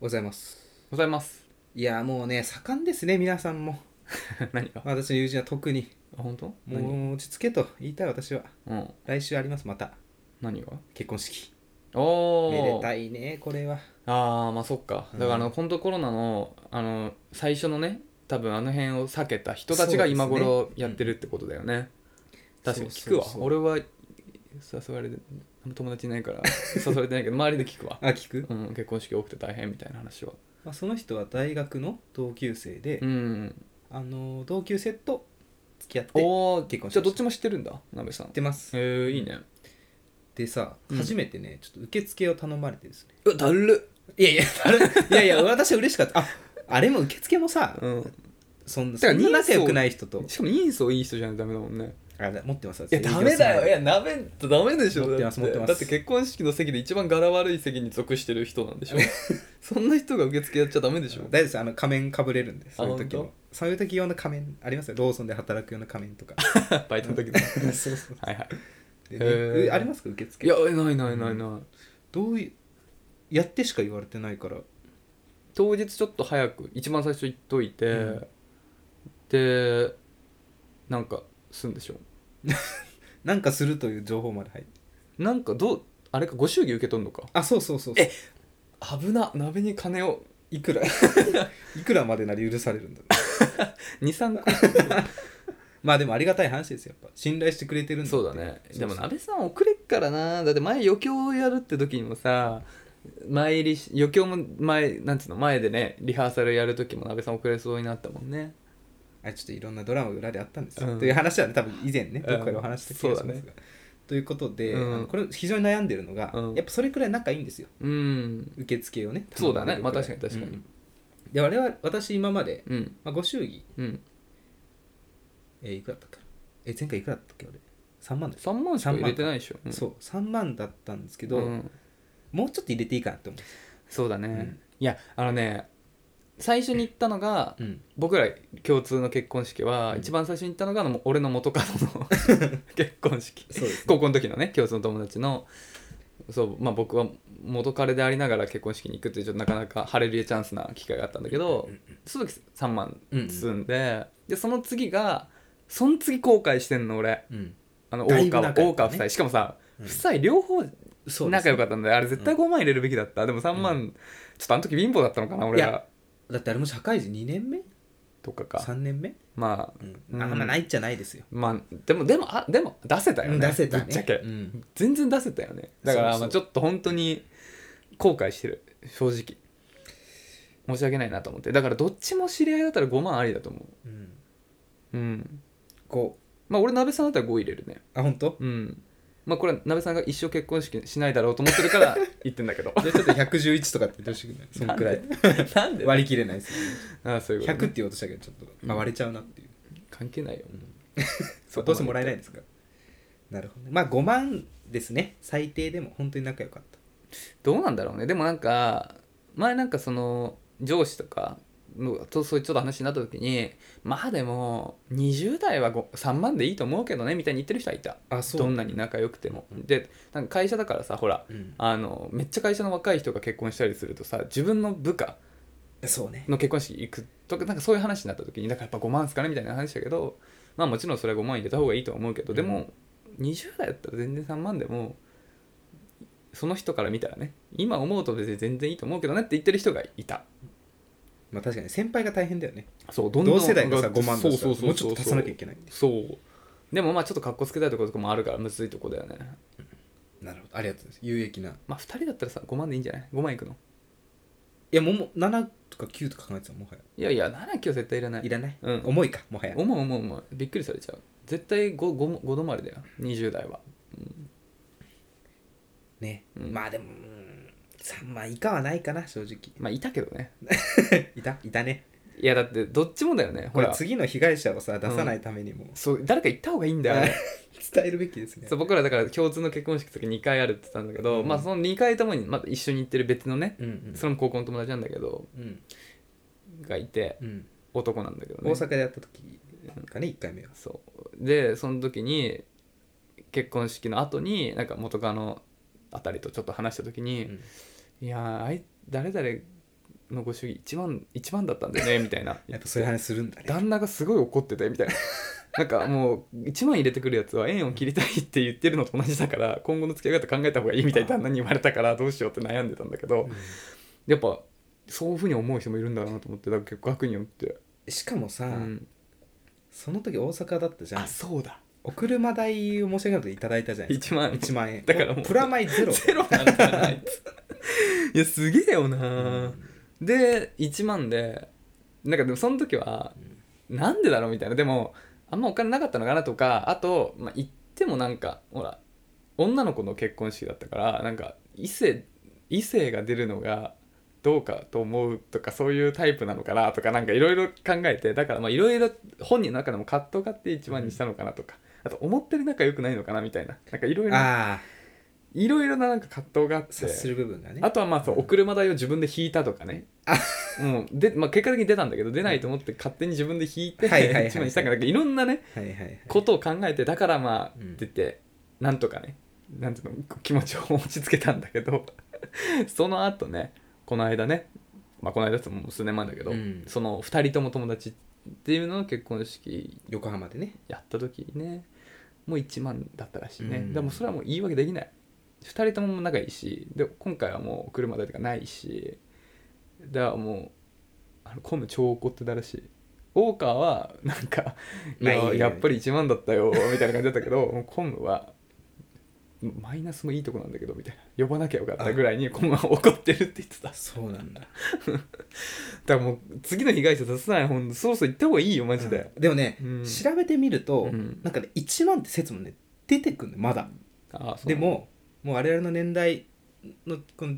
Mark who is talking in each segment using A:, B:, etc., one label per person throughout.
A: ございます
B: ございます
A: いやもうね盛んですね皆さんも
B: 何があ
A: 私の友人は特に
B: 本当何
A: もう落ち着けと言いたい私は
B: うん
A: 来週ありますまた
B: 何が
A: 結婚式
B: おお
A: めでたいねこれは
B: ああまあそっかだからあの、
A: うん
B: 本当コロナのあの最初のね多分あの辺を避けた人たち
A: そうで
B: が
A: すね
B: 今頃やってるってことだよね確かに聞
A: そうそ
B: くわ
A: うそう
B: 俺は誘われて友達いないから 誘われてないけど周りで聞くわ、
A: あ聞く、
B: うん、結婚式多くて大変みたいな話は
A: まあ、その人は大学の同級生で、
B: うん
A: あの同級生と付き合って
B: おお
A: 結婚しました
B: じゃあどっちも知ってるんだ鍋さん
A: 知ってます
B: へえいいね
A: でさ
B: うん
A: 初めてね、ちょっと受付を頼まれてですね
B: うわだる
A: いやいやあれ いやいや私は嬉しかったああれも受付もさ
B: うん
A: そんな
B: てか
A: そんな仲良
B: 人
A: く
B: 相
A: ない人と
B: しかも人相いい人じゃないとダメだもんね
A: あ持ってます
B: いやダメだよい
A: や
B: やダメダメでしょ
A: 持ってます
B: だ
A: 持ってます
B: だって結婚式の席で一番柄悪い席に属してる人 なんでしょそんな人が受付やっちゃダメでし
A: 大
B: ょ
A: 丈夫ですあの仮面かぶれるんでそういう時
B: あ
A: も
B: 本
A: そういう時用の仮面ありますよローソンで働く用の仮面と か
B: バイトの時だ
A: そうそうそう
B: はいはい
A: で
B: へー
A: うありますか受付
B: いやないないないない、
A: どういうやってしか言われてないから
B: 当日ちょっと早く一番最初行っといて、
A: うん
B: でなんかすんでしょ
A: なんかするという情報まで入って
B: なんかどうあれかご祝儀受け取るのか
A: あそうそうそうそう
B: 危な鍋に金を
A: い くらいくらまでなり許されるんだろ う
B: 23個
A: まあでもありがたい話ですよやっぱ信頼してくれてるんだ
B: そうだね
A: そう
B: でも
A: そう
B: 鍋さん遅れっからなだって前余興をやるって時にもさ前入りし余興も前なんつうの前でねリハーサルやる時も鍋さん遅れそうになったもんね
A: あちょっといろんなドラマ裏であったんですよ、
B: うん
A: という話はね多分以前ね
B: うん
A: どっかでお話しした気がしますが、
B: そう
A: ということで、
B: うん
A: あのこれ非常に悩んでるのが、
B: うん
A: やっぱそれくらい仲いいんですよ
B: うん
A: 受付をね
B: そうだ
A: 頼れ
B: ね
A: るくらい
B: まあ確かに確かに
A: うんで我々私今まで、
B: うん
A: まあ、ご祝儀、
B: うん
A: えーいくらだったかなえー前回いくらだったっけ俺3万です、
B: 3万しか入れてないでしょ、うん
A: そう3万だったんですけど、
B: うん
A: もうちょっと入れていいかなって思
B: そうだね、
A: うん
B: いやあのね最初に行ったのが
A: う、うん、
B: 僕ら共通の結婚式は、
A: うん
B: 一番最初に行ったのがあの俺の元カ ノの 結婚式
A: そうですね
B: 高校の時のね共通の友達のそう、まあ、僕は元彼でありながら結婚式に行くっていうちょっとなかなか晴れるチャンスな機会があったんだけどその時3万積んで,、でその次がその次後悔してんの俺
A: うん
B: あの
A: だ
B: 大
A: いぶ
B: 川、
A: 仲良
B: 大
A: か
B: 川
A: ったね
B: 夫妻しかもさ、
A: うん
B: 夫妻両方
A: そうです
B: 仲良かったんだよあれ絶対5万入れるべきだった、でも3万、
A: う
B: ちょっとあの時貧乏だったのかな俺
A: い
B: が
A: やだってあれも社会人2年目
B: とかか
A: 3年目、
B: まあ
A: うん
B: うん
A: あんまないっちゃないですよ、
B: まあでもでもあでも出せたよね
A: 出せたね
B: ぶっちゃけ、
A: うん
B: 全然出せたよねだか
A: そ
B: ら
A: うそう
B: まあちょっと本当に後悔してる正直申し訳ないなと思ってだからどっちも知り合いだったら5万ありだと思
A: うん、
B: ううん
A: こう
B: まあ俺鍋さんだったら5入れるね
A: あ本当？
B: うんまあこれは鍋さんが一生結婚式しないだろうと思ってるから言ってんだけど
A: じゃあちょっと111とかって言ってほしくない そのくらい
B: なんで
A: 割り切 れないですよね
B: ああそういうこ
A: 100
B: と
A: って
B: ね、
A: 言おうとしたけどちょっと、まあ、割れちゃうなっていう
B: 関係ないよ、
A: そうどうせもらえないですからなるほど、ね、まあ5万ですね最低でも本当に仲良かった
B: どうなんだろうねでもなんか前なんかその上司とかのとそういうちょっと話になった時にまあでも20代はご3万でいいと思うけどねみたいに言ってる人はいた
A: あそ
B: どんなに仲良くてもでなんか会社だからさほら
A: うん、
B: あのめっちゃ会社の若い人が結婚したりするとさ自分の部下
A: そうね
B: の結婚式行くとかなんかそういう話になった時にだからやっぱ5万っすかねみたいな話だけどまあもちろんそれは5万入れた方がいいとは思うけどでも20代だったら全然3万でもその人から見たらね今思うと別に全然いいと思うけどねって言ってる人がいた
A: まあ確かに先輩が大変だよね
B: そうどんどん
A: 同世代がさ5万
B: そ
A: だ
B: う
A: った
B: そ
A: ら
B: うそう
A: もうちょっと足さなきゃいけない
B: そうでもまあちょっと格好つけたいところとかもあるからむずいとこだよね
A: なるほどありがとうございます有益ない
B: まあ2人だったらさ5万でいいんじゃない5万いくの
A: やもうもう7とか9とか考えてたもはや
B: いやいや7キロ絶対いらない
A: いらない、
B: うん
A: 重いかもはや
B: 思う思う思うびっくりされちゃう絶対 5, 5, 5止まりだよ20代は
A: ね、
B: うん
A: まあでもうん3万以下はないかな正直
B: まあいたけどね
A: いたいたね
B: いやだってどっちもだよね
A: こ
B: ほ
A: れ
B: ら
A: 次の被害者をさ出さないためにも、
B: そう誰か行った方がいいんだよ、ね、
A: 伝えるべきですね
B: そう僕らだから共通の結婚式の時2回あるって言ったんだけど、
A: うん
B: まあその2回ともに、まあ、一緒に行ってる別のね、
A: うんうん
B: それも高校の友達なんだけど
A: うん
B: がいて
A: うん
B: 男なんだけどね
A: 大阪でやった時かね1回目は
B: そうでその時に結婚式の後になんか元カノあたりとちょっと話した時に、
A: うん
B: いやーあい誰々のご祝儀1万1万だったんだよねみたいな
A: やっぱそういう話するんだね
B: 旦那がすごい怒っててみ たいななんかもう1万入れてくるやつは縁を切りたいって言ってるのと同じだから今後の付き合い方考えた方がいいみたいな旦那に言われたからどうしようって悩んでたんだけどやっぱそういうふうに思う人もいるんだなと思ってだから結構額によって、
A: しかもさ、
B: うん
A: その時大阪だったじゃん
B: あそうだ
A: お車代を申し訳ないこといただいたじゃないですか
B: 1万
A: 1万円
B: だからもう
A: プラマイゼ ロ
B: ゼロなんだなあいつ いやすげえよな、で1万でなんかでもその時はなんでだろうみたいなでもあんまお金なかったのかなとかあと、まあ、言ってもなんかほら女の子の結婚式だったからなんか異性異性が出るのがどうかと思うとかそういうタイプなのかなとかなんかいろいろ考えてだからまあいろいろ本人の中でも葛藤があって1万にしたのかなとかあと思ってる仲良くないのかなみたいななんかいろいろ
A: ああ
B: いろいろななんか葛藤があって
A: 察する部分がね
B: あとはまあそうお車代を自分で引いたとかね
A: あ
B: うんで、まあ、結果的に出たんだけど出ないと思って勝手に自分で引いて
A: はいはいはいはい
B: 1万にしたからなんかいろんなね
A: はいはいはい
B: ことを考えてだからまあ
A: うん
B: 出てなんとかねなんていうの気持ちを落ち着けたんだけど その後ねこの間ねまあこの間ってもう数年前だけど、
A: うん
B: その2人とも友達っていうのの結婚式
A: 横浜でね
B: やった時にねもう1万だったらしいね、
A: うん
B: でもそれはもう言い訳できない2人とも仲いいしで今回はもう車代とかないしだからもうあの今度超怒ってたらしい大川はなんか「い
A: まあいい
B: や
A: よ
B: やっぱり1万だったよ」みたいな感じだったけどもう今度は「マイナスもいいとこなんだけど」みたいな呼ばなきゃよかったぐらいに今度は怒ってるって言ってただか
A: そうなんだ
B: らもう次の被害者出さないほんとそろそろ行った方がいいよマジで、
A: うんでもね、
B: うん
A: 調べてみると、
B: うん
A: なんかね1万って説もね出てくるのまだ
B: ああそう
A: でももう我々の年代のこの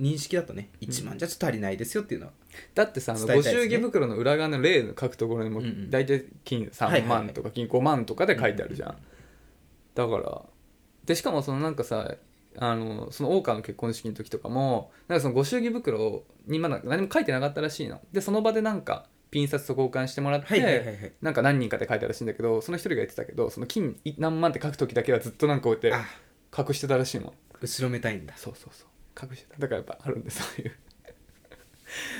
A: 認識だとね1万じゃちょっと足りないですよっていうのは、
B: だってさあの
A: 伝
B: ご
A: えたいですね
B: 祝儀袋の裏側の例の書くところにも
A: うんうん
B: 大体金
A: はい
B: 3
A: はいはい
B: 万とか金5万とかで書いてあるじゃんだからでしかもそのなんかさあのその大川の結婚式の時とかもなんかそのご祝儀袋にまだ何も書いてなかったらしいのでその場でなんかピン札と交換してもらって、
A: はいはいはいはい
B: なんか何人かで書いてあるらしいんだけどその一人が言ってたけどその金い何万って書く時だけはずっとなんかこうやって
A: あ
B: 隠してたらしいもん
A: 後ろめたいんだ
B: そうそうそう隠してただからやっぱあるんでそう いう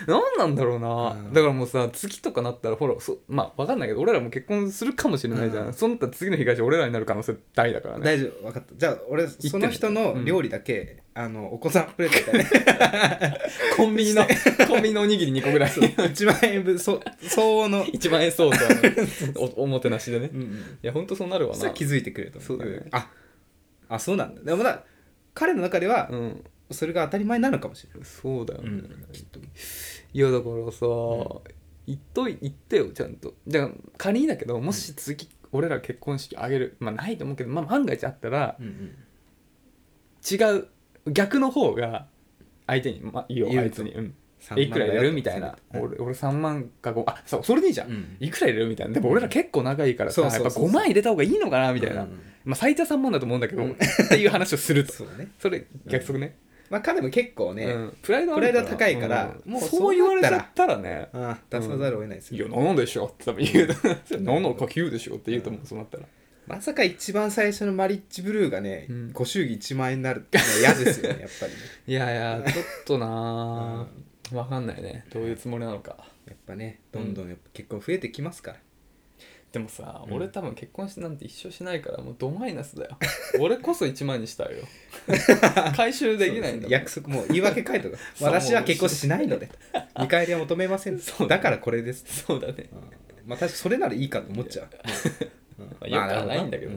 B: 何なんだろうな、
A: うん
B: だからもうさ月とかなったらほらそまあわかんないけど俺らも結婚するかもしれないじゃん、
A: うん
B: そんなったら次の被害者俺らになる可能性大だからね
A: 大丈夫分かったじゃあ俺
B: ね
A: その人の料理だけ、あのお子さんプレート みたい
B: コンビニの コンビニのおにぎり2個ぐらい
A: な1万円分そ相応の、
B: 1万円相 当のおおもてなしでね
A: うんうん、
B: いやほんとそうなるわ
A: それ
B: な
A: は気づいてくれると思う
B: そうだね
A: んああそうなんだでもまだ彼の中では
B: うん
A: それが当たり前なのかもしれない、
B: そうだよね、
A: うんきっと
B: いやだからさ、
A: う
B: 言っとい言ってよちゃんとじゃあ仮にだけどもし次俺ら結婚式あげるまあないと思うけど、まあ、万が一あったら、
A: うんうん
B: 違う逆の方が相手に「まあ、いいよ
A: 言うと
B: あいつに、うん、
A: 3
B: えいくら入れる?」みたい
A: 万
B: な
A: だ
B: 「
A: よ
B: 俺俺3万か5あそうそれでいいじゃん、
A: うん
B: いくら入れる?」みたいなでも俺ら結構仲いいからさ、
A: そうそう
B: や
A: そ
B: っ
A: うそ
B: ぱ
A: う
B: 5万入れた方がいいのかなみたい
A: う
B: な、
A: ん
B: まあ、最多3万だと思うんだけど、
A: うん
B: っていう話をする と
A: そうだね
B: それ逆則ね,、
A: まあ彼も結構
B: うん
A: ね、
B: プライドある
A: プライド高いから
B: うん
A: もう
B: そう言われちゃったらね
A: ああ出さざるを得ないで
B: 「
A: す
B: い
A: よ、
B: やなんでしょ」って多分言う 「何のか9でしょ」って言うと思うそうなったら
A: まさか一番最初のマリッジブルーがね、
B: うん
A: ご祝儀1万円になるってのは嫌ですよねやっぱりね
B: いやいやちょっとな分かんないね どういうつもりなのか。
A: やっぱねどんどんやっぱ結婚増えてきますから、
B: でもさ、
A: うん
B: 俺多分結婚してなんて一生しないからもうドマイナスだよ 俺こそ1万にしたいよ 回収できないんだもん
A: 約束もう言い訳書い とか
B: そう
A: 私は結婚しないので見返りは求めません
B: そう
A: だからこれです
B: そうだね
A: ああまあ確かにそれならいいかと思っちゃううん
B: まあよくはないんだけど
A: う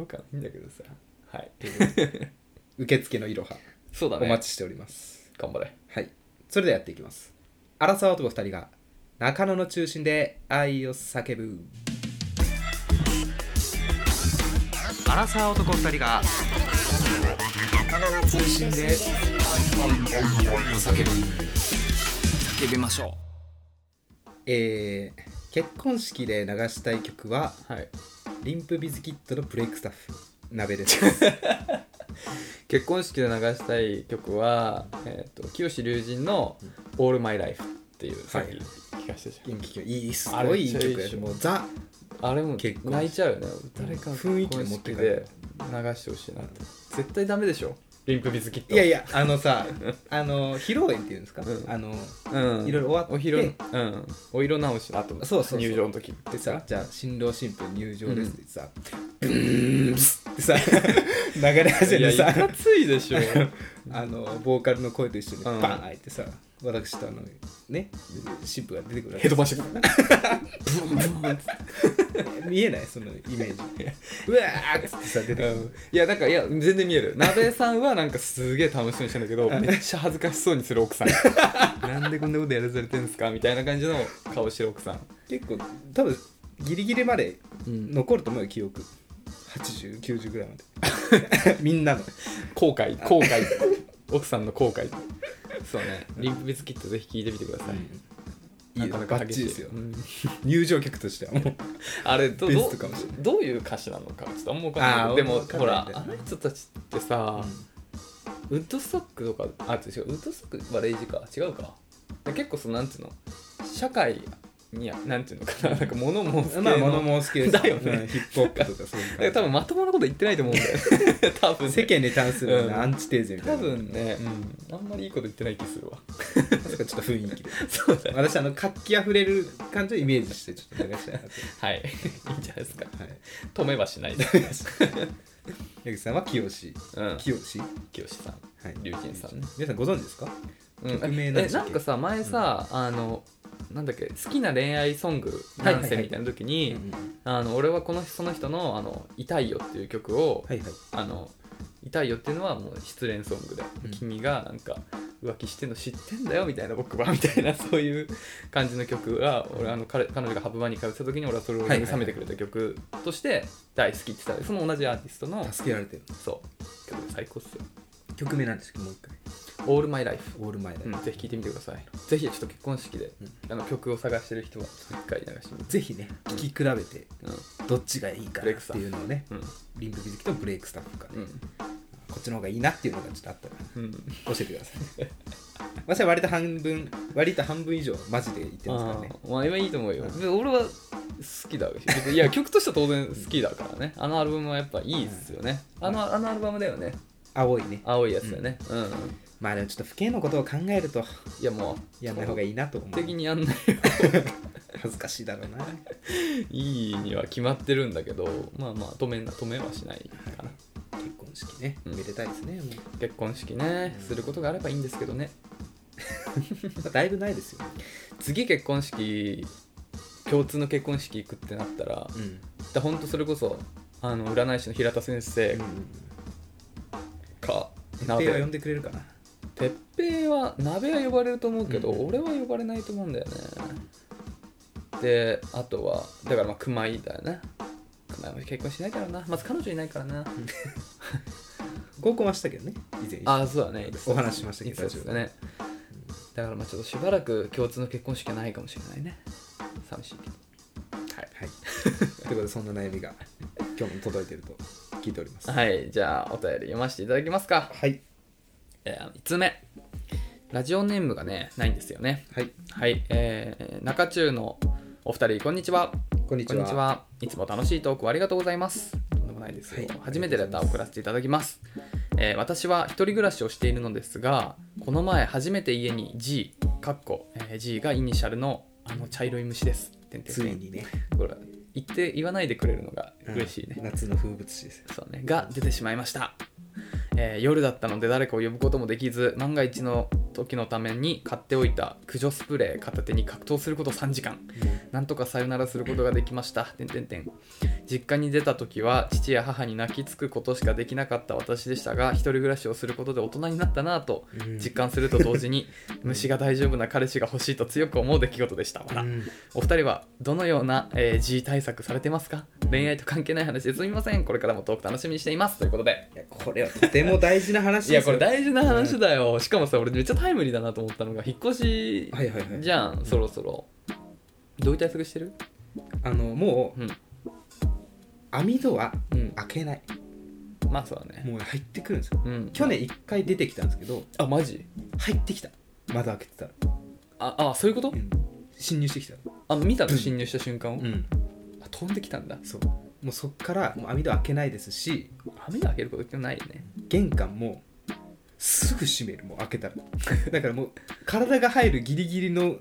B: よくはいいんだけどさはい
A: 受付のいろは
B: そうだ
A: お
B: ね
A: 待ちしております
B: 頑張れ
A: はいそれではやっていきます荒沢男2人が中野の中心で愛を叫ぶ荒沢男2人が中心で
B: 叫びましょ
A: えー結婚式で流したい曲は
B: うはい
A: リンプビズキットのブレイクスタッフ鍋です
B: 結婚式で流したい曲は、えー、と清志隆人の「オールマイライフっていうさっき
A: はい
B: 聞かせてじ
A: 元気いいす
B: あれ
A: ごいいい曲
B: めっち
A: や
B: ゃいいっし
A: し
B: ょ
A: もうザ
B: ゃんあれも
A: 結婚
B: 泣いちゃうよね誰か
A: 雰囲気で持って
B: 結
A: か
B: 婚
A: れ
B: 式
A: る
B: で流してほしいなって絶対ダメでしょピンクビズキット
A: いやいやあの さあの披露宴っていうんですか、
B: うん
A: あの
B: うん、
A: いろいろ終わって
B: お披露うん、お色直しの後
A: そうそうそう
B: 入場の時
A: でさじゃあ新郎新婦入場ですってさ、ブーンスってさ流れ始
B: いや
A: め
B: い
A: さ
B: かつい でしょ
A: あのボーカルの声と一緒に
B: う
A: バ
B: ん
A: ーン開いてさ、私とあのね新婦が出てくるわけ
B: ヘッドバンしてく るブンブンブンっつって
A: 見えないそのイメージうわーっつってさ出てくる、
B: いやなんかいや全然見える鍋さんはなんかすげえ楽しそうにしてんだけどめっちゃ恥ずかしそうにする 奥さんなんでこんなことやらされてんすかみたいな感じの顔してる奥さん、
A: 結構多分ギリギリまで
B: うん、
A: 残ると思うよ記憶8090ぐらいま でみんなの
B: 後悔後悔奥さんの後悔そうねリンプビズキットぜひ聞いてみてください、
A: いいよ
B: な
A: バ
B: かなか
A: ッチ
B: 激しい
A: リですよ
B: うん
A: 入場客としてはもう
B: あれど
A: ベ
B: ど
A: ストかもしれな
B: どういう歌詞なのかちょっとあんま分かんな
A: あ
B: い
A: ー
B: でも
A: わか
B: ほ
A: んない
B: ら
A: んだよ
B: あ
A: ね
B: の人たちってさ、ウッドストックとかあ違うウッドストックはレイジか違うかで結構そのなんていうの社会にやなんていうのかななん か物申す系の、
A: まあ物申す系です
B: だよね
A: うんヒップホップとかそういう
B: だから
A: 感じ
B: 多分まともなこと言ってないと思うんだよね 多分ね
A: 世間に対す
B: う
A: る
B: ん
A: アンチテーゼみた
B: 多
A: いな、
B: 分ね、うん、あんまりいいこと言ってない気す るわ
A: なんかちょっと雰囲気で
B: そうだね
A: 私あの活気あふれる感じをイメージしてちょっと流したいなと、
B: はい いいんじゃないですか
A: はい、
B: 止めはしないで、
A: 矢口さんは清志
B: うん、
A: 清志は
B: 清さん
A: い
B: 龍神さんね
A: 皆さんご存知ですか
B: うん
A: 曲名なん
B: え
A: でした
B: な
A: っ
B: ん
A: け
B: かさ前さ、あのなんだっけ好きな恋愛ソング
A: はいはい
B: 何
A: はい
B: せみたいな時に、
A: うんうん
B: あの俺はこのその人の「あの痛いよ」っていう曲を、
A: はいはい
B: あの痛いよっていうのはもう失恋ソングで、
A: うん
B: 君がなんか浮気してんの知ってんだよみたいな僕はみたいな そういう感じの曲が俺あの彼彼女がハブバに通った時に俺はそれを
A: はいはいはい
B: 慰めてくれた曲として大好きって言ってたその同じアーティストの
A: 助けられてる
B: そう曲最高っすよ
A: 曲名なんですけどもう一回
B: 「オールマイライフ」
A: 「オールマイライ
B: うん、ぜひ聴いてみてください。ぜひちょっと結婚式で、
A: うん
B: あの曲を探してる人はちょっと一回流してみて。
A: ぜひね聴き比べてどっちがいいか
B: ブレイ
A: っ
B: クスタ
A: て
B: ー
A: いうのをね
B: うん、
A: リンプビズキとブレイクスタッフかね、
B: うん、
A: こっちの方がいいなっていうのがちょっとあったら
B: うん、うん。
A: 教えてください 私は割と半分割と半分以上マジで言ってますからね
B: あーまあ今いいと思うよ。で俺は好きだよ。いや、曲としては当然好きだからね。あのアルバムはやっぱいいっすよね。あのあのアルバムだよね。
A: 青いね
B: 青いやつだよね。うん。
A: まあでもちょっと父兄のことを考えると
B: いや、もう、
A: やんない方が
B: いい。
A: いいなと思う
B: 的にやんない
A: 恥ずかしいだろうな
B: いいには決まってるんだけど、まあまあ、止めな止めはしないかな。
A: 結婚式ね
B: うん
A: めでたいですね、もう
B: 結婚式ね、
A: うん
B: することがあればいいんですけどね。
A: まあだいぶないですよ、
B: 次結婚式共通の結婚式行くってなったら
A: うん
B: だ本当それこそあの占い師の平田先生か、
A: 手は呼
B: 鍋
A: んでくれるかな
B: 鉄平は鍋は呼ばれると思うけど、
A: うん
B: 俺は呼ばれないと思うんだよねであとはだからまあ熊井だよね熊井も結婚しないからなまず彼女いないからな
A: 合コンはしたけどね以前
B: ああそうだね
A: お話ししましたけ
B: い
A: ど
B: つだったねだからまあちょっとしばらく共通の結婚式はないかもしれないね寂しいけどはい
A: はい ということでそんな悩みが今日も届いてると聞いております
B: はい、じゃあお便り読ませていただきますか。
A: はい
B: えー、5つ目。ラジオネームがね、ないんですよね。
A: はい
B: はい、えー、中中のお二人、こんにちは。
A: こんにちは
B: はいつも楽しいトークをありがとうございます。とんでもないですよ。
A: はい
B: 初めてレターを送らせていただきます。えー私は一人暮らしをしているのですが、この前初めて家に G、かっこ、えー G がイニシャルのあの茶色い虫です。てんてんて
A: つ
B: ん
A: い。にね、
B: これ言って言わないでくれるのが嬉しいね
A: う。ん夏の風物詩ですよ
B: そうね、が出てしまいました、えー夜だったので誰かを呼ぶこともできず万が一の時のために買っておいた駆除スプレー片手に格闘すること3時間なんとかさよならすることができましたてんてんてん実家に出た時は父や母に泣きつくことしかできなかった私でしたが一人暮らしをすることで大人になったなぁと
A: うん
B: 実感すると同時に虫が大丈夫な彼氏が欲しいと強く思う出来事でした、笑
A: うん
B: お二人はどのような、えー G 対策されてますか恋愛と関係ない話ですみませんこれからもトーク楽しみにしていますということで
A: いやこれはとても大事な話
B: い
A: で
B: や
A: す
B: こ
A: よ
B: れ大事な話だよ、しかもさ俺めっちゃタイムリーだなと思ったのが引っ越し
A: はいはいはい
B: じゃんそろそろどういう対策してる
A: あのもう
B: うん、
A: 網戸は
B: うん、
A: 開けない
B: まあそうだね
A: もう入ってくるんですよ
B: うん
A: 去年一回出てきたんですけど
B: あマジ
A: 入ってきた窓開けてたら、
B: ああそういうこと
A: うん侵入してきた
B: あ見たの侵入した瞬間を、
A: ん
B: あ飛んできたんだ
A: そうもうそっからもう網戸開けないですし
B: 網が開けることってないよね
A: 玄関もすぐ閉めるもう開け たらだからもう体が入るギリギリの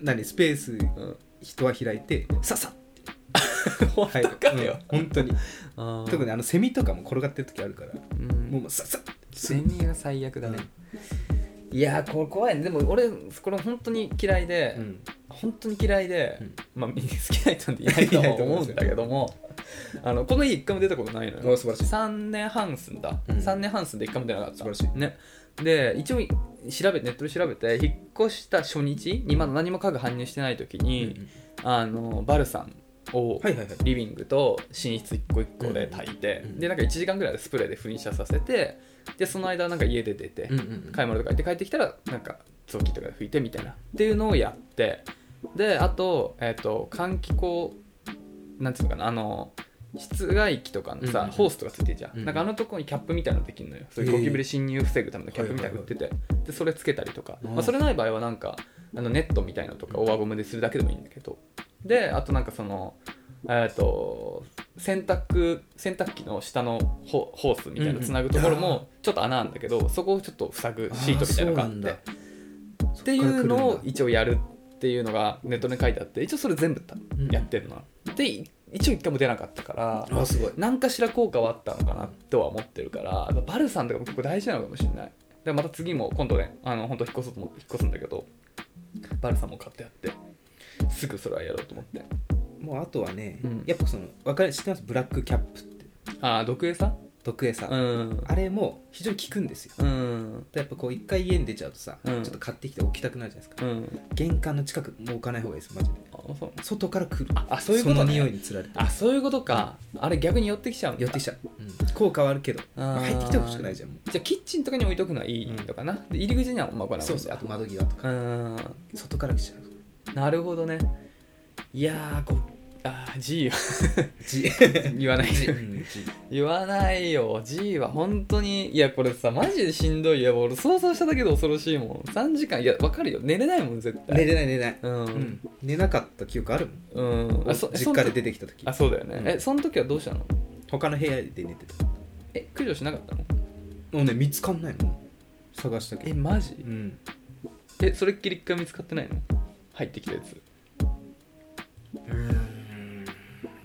A: 何スペース
B: うん
A: 人は開いてさっさっ
B: 本
A: 入る
B: 当かよ
A: うん、本当に
B: あー
A: 特にあのセミとかも転がってる時あるから
B: うん
A: もうさっさっ
B: セミが最悪だね
A: ね、
B: いやーこれ怖いねでも俺これ本当に嫌いで、
A: うん
B: 本当に嫌いで、
A: うん
B: まあ好きな人っていないとは思うんだけ どもあのこの家一回も出たことないのよ
A: お素晴らしい
B: 3年半住んだ、
A: うん
B: 3年半住んで一回も出なかった
A: 素晴らしい
B: ねで一応調べネットで調べて引っ越した初日にまだ何も家具搬入してない時に、あのバルさんを
A: はいはいはい
B: リビングと寝室一個一個で炊いて、
A: うん
B: でなんか1時間ぐらいでスプレーで噴射させてでその間なんか家で出て、
A: うんうん
B: 買い物とか行って帰ってきたらなんか雑巾とかで拭いてみたいなっていうのをやってであと,、えっと換気口なんていうのかなあの室外機とかのさ、
A: うんうん
B: ホースとかついてるじゃん、
A: うん
B: なんかあのとこにキャップみたいなのできるのよそういうゴキブリ侵入防ぐためのキャップみたいなの売ってて、でそれつけたりとか、
A: うん
B: まあ、それない場合はなんかあのネットみたいなのとかを輪ゴムでするだけでもいいんだけどであとなんかそのえっと洗濯洗濯機の下のホホースみたいなのつなぐところ
A: うんう
B: もちょっと穴あるんだけどそこをちょっと塞ぐシートみたいなのがあって
A: あ
B: っていうの
A: そっ
B: を
A: から来るんだ
B: 一応やるっていうのがネットに書いてあって一応それ全部た
A: うん
B: やってるの、で一応一回も出なかったから
A: あすごい
B: 何かしら効果はあったのかなとは思ってるからやっぱバルさんとかも結構大事なのかもしれないでまた次も今度ねあの本当引っ越そうと思って引っ越すんだけどバルさんも買ってやってすぐそれはやろうと思って
A: もうあとはね、
B: うん
A: やっぱそのわかる知ってますブラックキャップって
B: ああ毒餌さ
A: 毒餌、
B: うん
A: あれも非常に効くんですよ
B: うん
A: やっぱこう一回家に出ちゃうとさ、
B: うん
A: ちょっと買ってきて置きたくなるじゃないですか
B: うん
A: 玄関の近くもう置かない方がいいですマジで
B: あそう
A: 外から来る
B: ああそういうことね
A: その匂いにつられて
B: あそういうことかあれ逆に寄ってきちゃうんだ
A: 寄ってきちゃう、うん効果はあるけど、
B: あー
A: まあ入ってきてほしくないじゃんもう
B: じゃあキッチンとかに置いとくのはいいのかな、で入り口にはまあこれは
A: そうそうあと窓際とか
B: うん
A: 外から来ちゃう
B: なるほどねいやーこあー G は
A: G
B: 言わない
A: G
B: 言わないよ G は本当にいやこれさマジでしんどいよ俺想像しただけで恐ろしいもん3時間いやわかるよ寝れないもん絶対
A: 寝れない寝れない、
B: うん、う
A: うんん、寝なかった記憶あるもん
B: あそ
A: 実家で
B: そん
A: 出てきた時
B: あそうだよね、
A: うん
B: えその時はどうしたの
A: 他の部屋で寝てた
B: え駆除しなかったの
A: もうね見つかんないの探したけ
B: え
A: ど
B: マジ
A: うん
B: えそれっきり一回見つかってないの入ってきたやつ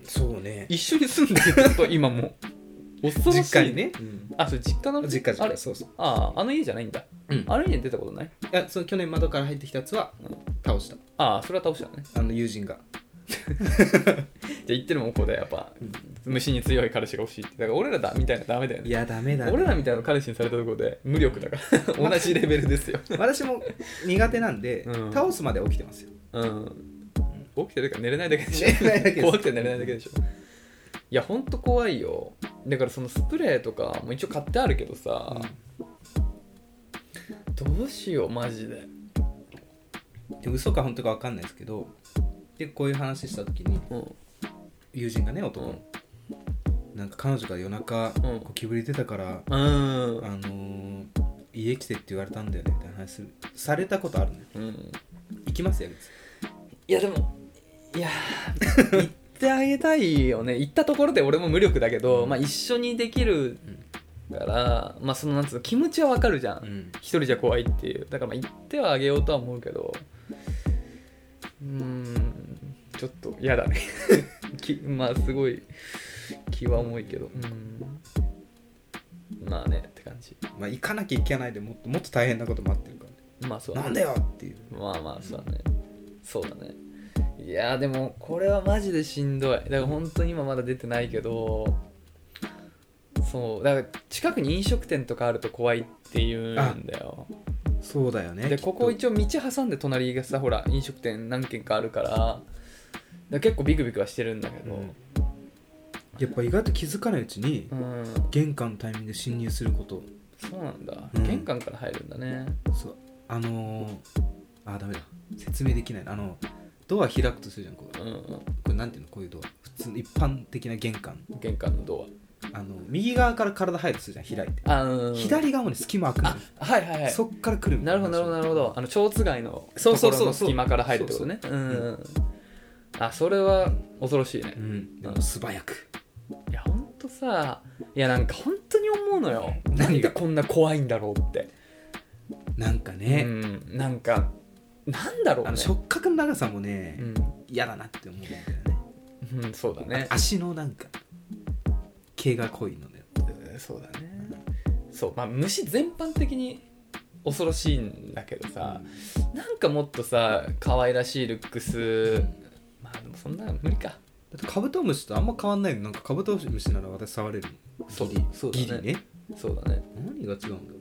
A: そうね
B: 一緒に住んでると 今もう恐ろしい
A: 実家にね、
B: あそれ実家なの
A: 実家
B: あ
A: 実
B: れ
A: 家そうそう、
B: あああの家じゃないんだ
A: うん、
B: あの家に出たことない
A: いやその去年窓から入ってきたやつは倒した
B: ああそれは倒したね
A: あの友人が
B: じゃあ言ってるもんここでやっぱ、虫に強い彼氏が欲しいってだから俺らだみたいなダメだよ
A: い
B: ね
A: やダメだ、
B: 俺らみたいな彼氏にされたところで無力だか ら同じレベルですよ
A: 私も苦手なんで、
B: うん
A: 倒すまで起きてますよ
B: うん起きてるから寝れないだけでしょ
A: 寝れないだけです
B: 怖くて寝れないだけでしょいやほんと怖いよだからそのスプレーとかも一応買ってあるけどさ、どうしようマジで
A: で嘘か本当か分かんないですけどでこういう話した時に
B: うん
A: 友人がね男の、なんか彼女が夜中、
B: うん
A: ゴキブリ出たから、
B: うん
A: あのー家来てって言われたんだよねみたいな話するされたことあるのよ
B: うん
A: 行きますよ別に
B: いやでもい やー言ってあげたいよね言ったところで俺も無力だけど、
A: うん
B: まあ、一緒にできるから、まあそのなんつうの気持ちはわかるじゃん、
A: うん
B: 一人じゃ怖いっていうだからまあ言ってはあげようとは思うけどうーんちょっと嫌だね きまあすごい気は重いけどうんまあねって感じ
A: まあ行かなきゃいけないでもっともっと大変なこと待ってるからね、
B: まあそう
A: なんだよっていう
B: まあまあそうだねそうだねいやーでもこれはマジでしんどいだから本当に今まだ出てないけどそうだから近くに飲食店とかあると怖いっていうんだよ
A: そうだよね
B: で
A: きっと
B: ここ一応道挟んで隣がさほら飲食店何軒かあるからだから結構ビクビクはしてるんだけど
A: うんやっぱ意外と気づかないうちに
B: うん、
A: 玄関のタイミングで侵入すること
B: そうなんだ、
A: うん
B: 玄関から入るんだね
A: そうあのー、あダメだ説明できないなあのドア開くとするじゃんこう
B: うん
A: これなんていうのこういうドア普通の一般的な玄関
B: 玄関のド
A: あの右側から体入るとするじゃん開いて、
B: アあうん
A: 左側もね隙間開くの
B: あはいはいはい
A: そっから来るみた
B: ないるほどなるほどなるほどあの蝶番のと
A: そう
B: こ
A: そう
B: ろ
A: そ
B: の
A: うそう
B: 隙間から入るってことねうんあそれは恐ろしいね
A: う、んでも素早く
B: いや本とさいやなんか本当に思うのよ何がこんな怖いんだろうって、
A: なんか
B: う
A: ね、
B: ん、なんかなんだろう
A: あ
B: ね
A: の触覚の長さもね
B: うん
A: 嫌、だなって思うんだよね
B: うん、そうだね
A: 足のなんか毛が濃いのね
B: うんそうだねそうまあ虫全般的に恐ろしいんだけどさ、なんかもっとさ可愛らしいルックスまあでもそんなの無理か
A: だってカブトムシとあんま変わんないのなんかカブトムシなら私触れるもん
B: そう
A: ギリ
B: そうだね
A: ギリね
B: そうだね
A: 何が違うんだろ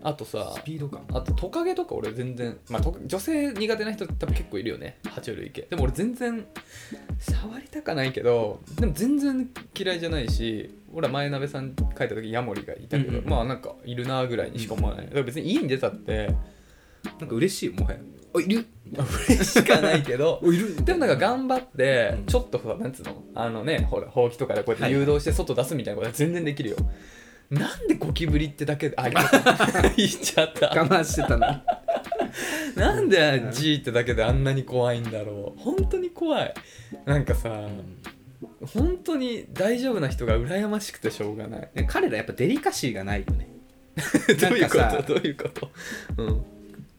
B: あとさ
A: うなスピード感
B: あとトカゲとか俺全然、まあ、トカ女性苦手な人多分結構いるよね爬虫類系でも俺全然触りたかないけどでも全然嫌いじゃないし俺は前鍋さん書いた時ヤモリがいたけど、
A: うんうん
B: まあなんかいるなぐらいにしか思わない、だから別に家に出たって
A: なんか嬉しいよもはやあいる
B: 嬉しかないけど
A: おいる
B: でもなんか頑張って
A: うん
B: ちょっとさなんつうのあのねほらほうきとかでこうやって誘導して外出すみたいなことは全然できるよ、なんでゴキブリってだけで あ言っちゃった
A: 我慢してたのに
B: なんで G ってだけであんなに怖いんだろう本当に怖いなんかさ、本当に大丈夫な人が羨ましくてしょうがない
A: 彼らやっぱデリカシーがないよね
B: どういうこ
A: なんかさ
B: とどういうこと、うん、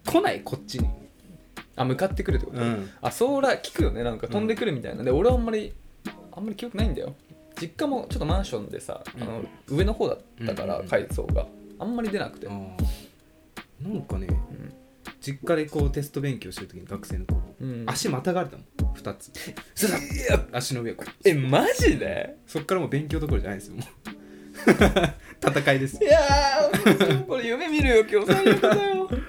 A: 来ないこっちに
B: あ向かってくるってこと、
A: ん
B: あそうら聞くよねなんか飛んでくるみたいな、で俺はあんまりあんまり記憶ないんだよ実家もちょっとマンションでさ、あの上の方だったか
A: うん
B: ら
A: うんうん
B: 階層があんまり出なくて、
A: なんかね
B: うん
A: 実家でこうテスト勉強してる時に学生の頃
B: うん
A: 足またがれたもん2つ
B: それ
A: 足の上こう
B: えマジで
A: そっからもう勉強どころじゃないですよもう 戦いですよ
B: いやーこれ夢見るよ今日最悪だ よ本当に最悪だよ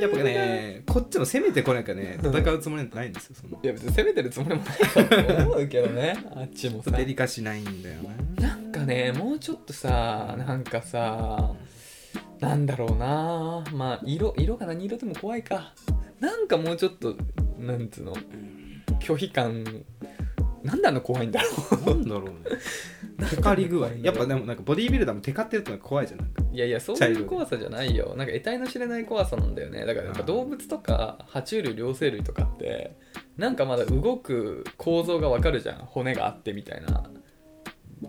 A: やっぱねこっちも攻めてこないからね戦うつもりなんてないんですよその
B: いや別に攻めてるつもりもないと思うけど ねあっちもさ
A: デリカシーないんだよな
B: なんかねもうちょっとさなんかさなんだろうなまあ色色が何色でも怖いかなんかもうちょっとなんつうの拒否感なんであんな怖いんだ
A: な
B: ろ
A: んだろうねテカリ具合やっぱでもなんかボディービルダーもテカってるってのが怖いじゃんなんか
B: ういやいやそう
A: 茶
B: い
A: 色いう
B: 怖さじゃないよなんか得体の知れない怖さなんだよねだからやっぱ動物とか爬虫類両生類とかってなんかまだ動く構造がわかるじゃん骨があってみたいな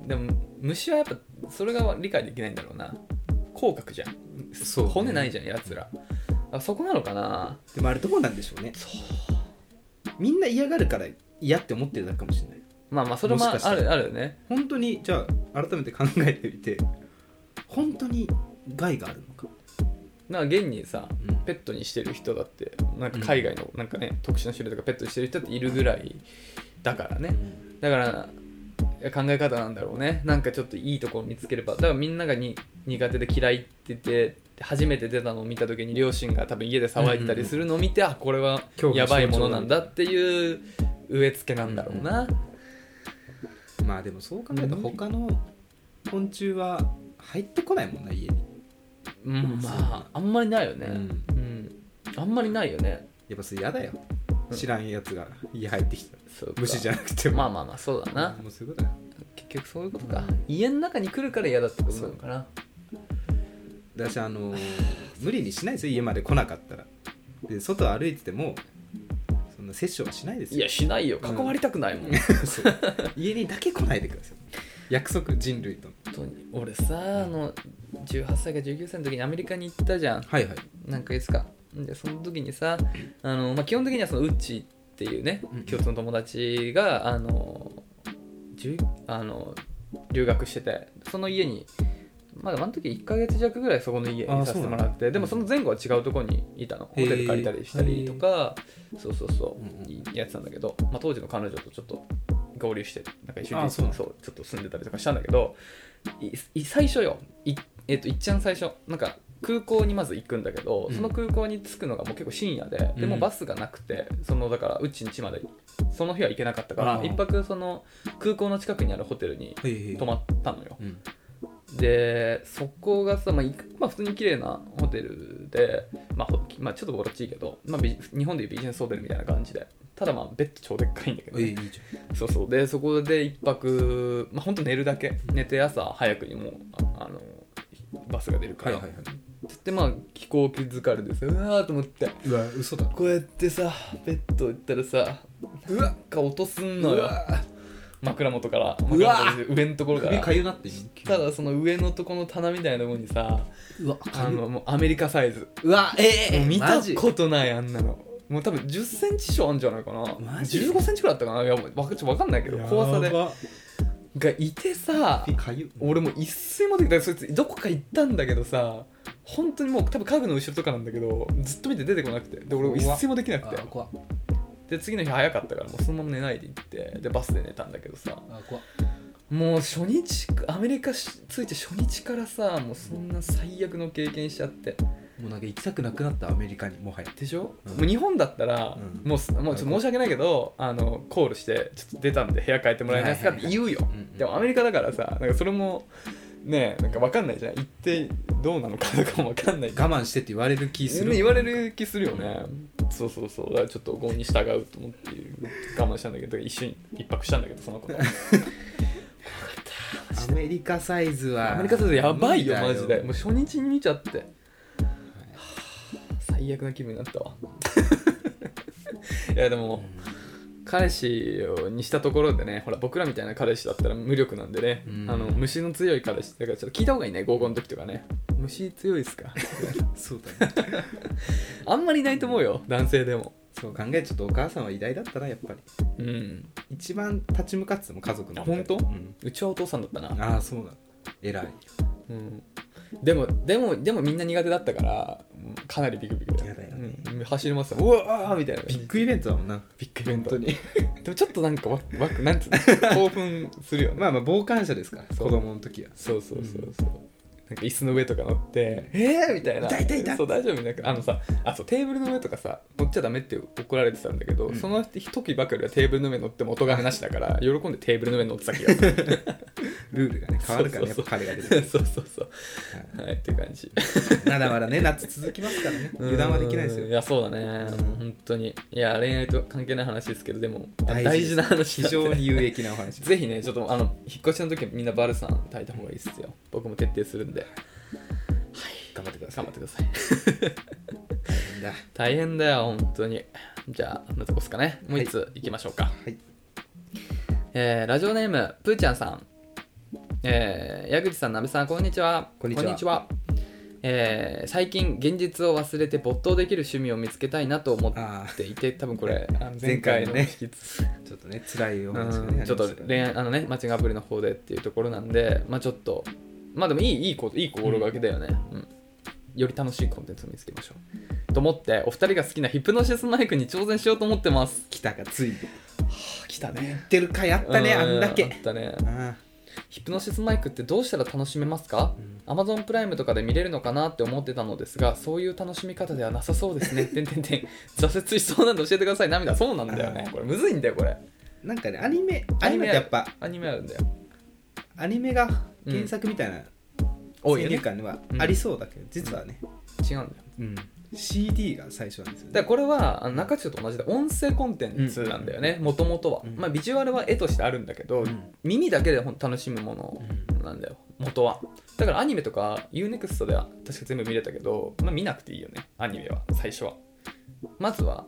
B: でも虫はやっぱそれが理解できないんだろうな口角じゃん
A: そうね
B: 骨ないじゃんやつらあそこなのかな
A: でもあれどうなんでしょうねみんな嫌がるから嫌って思ってるだけかもしれない
B: まあまあそれも
A: も
B: あ
A: しかした
B: あ
A: ら
B: るあるね
A: 本当にじゃあ改めて考えてみて本当に害があるのか、
B: なんか現にさ
A: うん
B: ペットにしてる人だってなんか海外のなんかね特殊な種類とかペットにしてる人っているぐらいだからねだからいや考え方なんだろうねなんかちょっといいところ見つければだからみんながに苦手で嫌いって言って初めて出たのを見た時に両親が多分家で騒いでたりするのを見て、あこれは
A: 恐怖の
B: や
A: 象徴
B: ばいものなんだっていう植え付けなんだろうな、
A: まあでもそう考えると他の昆虫は入ってこないもんな家に
B: うん、まああんまりないよね、
A: うん
B: うんあんまりないよね
A: やっぱそれ嫌だよ
B: うん
A: 知らんやつが家入ってきた
B: そうか
A: 虫じゃなくても
B: まあまあまあそうだな
A: もうそういうことだ
B: 結局そういうことか家の中に来るから嫌だってことなのかな
A: 私あのー無理にしないですよ家まで来なかったらで外歩いててもそんな殺生はしないです
B: い
A: よ
B: やしないよ
A: うん
B: 関わりたくないもん、
A: そう家にだけ来ないでください約束人類との
B: 本当に俺さあの18歳か19歳の時にアメリカに行ったじゃん
A: はいはい
B: なんかいつかでその時にさあの、まあ、基本的にはそのウッチっていうね
A: うん
B: 共通の友達があのじゅあの留学しててその家にまだあの時1ヶ月弱ぐらいそこの家
A: あ
B: にさせてもらっ
A: そうなんだ
B: てでもその前後は違うとこにいたのホ
A: へ
B: テ
A: ー
B: ル借りたりしたりとかそうそうそ
A: うんうん
B: うやってたんだけど、まあ、当時の彼女とちょっと合流してなんか一緒
A: あ
B: に
A: そうなんだ
B: そうちょっと住んでたりとかしたんだけどいい最初よい,、えっといっちゃん最初なんか空港にまず行くんだけど、
A: うん
B: その空港に着くのがもう結構深夜で、
A: うん
B: でもうバスがなくてそのだからうちんちまでその日は行けなかったか
A: あ
B: ら
A: あ
B: 一泊その空港の近くにあるホテルに
A: はいはいはい
B: 泊まったのよ
A: うん
B: でそこがさ、まあ、いくまあ普通に綺麗なホテルで、まあほまあ、ちょっとぼろっちいけど、まあ、ビジ日本でいうビジネスホテルみたいな感じでただまあベッド超でっかいんだけど、
A: え
B: ね
A: えいいじゃん
B: そうそうでそこで一泊まあ本当寝るだけ寝て朝早くにもうああのバスが出るから、
A: い
B: つってまあ飛行機疲れでさうわーと思って
A: うわ嘘だ
B: こうやってさベッド行ったらさ
A: うわ
B: なんか音すんのよ
A: わ
B: 枕元から
A: うわ
B: 枕元で上のところか
A: 首
B: ら
A: かゆなって
B: ただその上のとこの棚みたいなとこにさ
A: うわ
B: あのもうアメリカサイズ
A: うわええ
B: もう見た
A: マジ
B: ことないあんなのもう多分1 0ンチ以上あるんじゃないかな
A: マジ
B: 1 5ンチくらいあったかないやわかちょっとわかんないけど
A: やば
B: 怖さでがいてさ
A: 首かゆ
B: 俺もう一睡もできたそいつどこか行ったんだけどさ本当にもう多分家具の後ろとかなんだけどずっと見て出てこなくてで俺もう一睡もできなくて
A: あ怖っ
B: で次の日早かったからもうそのまま寝ないで行ってでバスで寝たんだけどさ
A: あ怖っ
B: もう初日アメリカし着いて初日からさもうそんな最悪の経験しちゃって
A: もうなんか行きたくなくなったアメリカにもはや
B: でしょ、
A: うん
B: もう日本だったら、
A: うん
B: もうすもうちょっと申し訳ないけどあのコールしてちょっと出たんで部屋変えてもらえないですかって言うよ、
A: はいはいはいうんうん
B: でもアメリカだからさなんかそれもねえなんか分かんないじゃん行ってどうなのかとかも分かんない
A: 我慢してって言われる気する
B: ね言われる気するよねそうそうそうだからちょっと合に従うと思って我慢したんだけど一緒に一泊したんだけどその子と
A: アメリカサイズは
B: アメリカだとやばいよ
A: 無理だ
B: マジでもう初日に見ちゃって、はあ最悪な気分になったわ いやでも彼氏をにしたところでねほら僕らみたいな彼氏だったら無力なんでね、
A: うん
B: あの虫の強い彼氏だからちょっと聞いた方がいいね合コンの時とかね虫強いで すか
A: そうだね
B: あんまりいないと思うよ男性でも
A: そう考えちょっとお母さんは偉大だったなやっぱり
B: うん
A: 一番立ち向かってたもん家族の
B: 本当
A: うん
B: うちはお父さんだったな
A: ああそうだ偉い
B: うん、でもでもでもみんな苦手だったからうんかなりビクビク
A: やだよね
B: うん、走りますうわーみたいな
A: ビッグイベントだもんな
B: ビッグイベント
A: 本当に
B: でもちょっとなんかワクワクなんつ うの興奮するよね、
A: まあまあ傍観者ですから
B: そう
A: 子供の時は
B: そうそうそうそう、なんか椅子の上とか乗って「えー!」みたいな「
A: 痛い痛い痛い
B: そう大丈夫みたいなあのさあそうテーブルの上とかさ乗っちゃダメって怒られてたんだけど、
A: うん
B: その時ばかりはテーブルの上乗っても音が話だから喜んでテーブルの上乗ってた気がする
A: ルールがね変わるからねやっ
B: そ
A: ぱ
B: う
A: 彼が出てくる
B: そうそうそうはいって感じ
A: まだまだね夏続きますからね油断はできないです
B: うん
A: よ
B: いやそうだね
A: うん
B: 本当にいや恋愛と関係ない話ですけどでも
A: 大事
B: 大事な話
A: 非
B: なんで
A: 常に有益なお話
B: ぜひねちょっとあの引っ越しの時みんなバルさん炊いた方がいいっすよ僕も徹底するんで
A: 頑張ってください
B: 頑張ってください
A: だは
B: 大変だよ本当にじゃああんなとこっすかねもう一つ行きましょうか、
A: い
B: えーラジオネームぷーちゃんさん、えー、矢口さん、なべさん、こんにちは。
A: こんにちは
B: えー最近、現実を忘れて没頭できる趣味を見つけたいなと思っていて、多分これ、あの前
A: 前
B: 回の
A: 回のね
B: 引き続き
A: ちょっとね辛いお話がねあり
B: う
A: ま
B: ん
A: し
B: ちょ
A: た
B: っと
A: から
B: 恋愛あのねマッチングアプリの方でっていうところなんでまあちょっとまあでもいいいいこといい心がけだよね、うんより楽しいコンテンツを見つけましょうと思ってお二人が好きなヒプノシスマイクに挑戦しようと思ってます
A: 来たかついに
B: 来た
A: 言ってる回あったねあんだ
B: あ
A: け
B: ったね
A: あ
B: ヒプノシスマイクってどうしたら楽しめますか
A: あ、うん、
B: Amazon プライムとかで見れるのかなって思ってたのですがそういう楽しみ方ではなさそ うですねてんてんてん挫折しそうなんで教えてください涙そうなんだよねこれむずいんだよこれ
A: なんかねアニメ
B: ア
A: ア
B: ニ
A: ニ
B: メ
A: メってやっぱ
B: アニメあるんだよ
A: アニメが原作みたいな
B: 多い
A: 先入
B: よね
A: 観ではありそうだけど、実はね、
B: 違うんだよ
A: うん CD が最初なんですよ、
B: だから
A: ね、
B: これはあの中中と同じで音声コンテンツなんだよねもともとは、
A: うん
B: まあ、ビジュアルは絵としてあるんだけ
A: う
B: ど、
A: ん
B: 耳だけでほん楽しむものなんだよ元はだからアニメとか UNEXT では確か全部見れたけど、まあ、見なくていいよねアニメは最初はまずは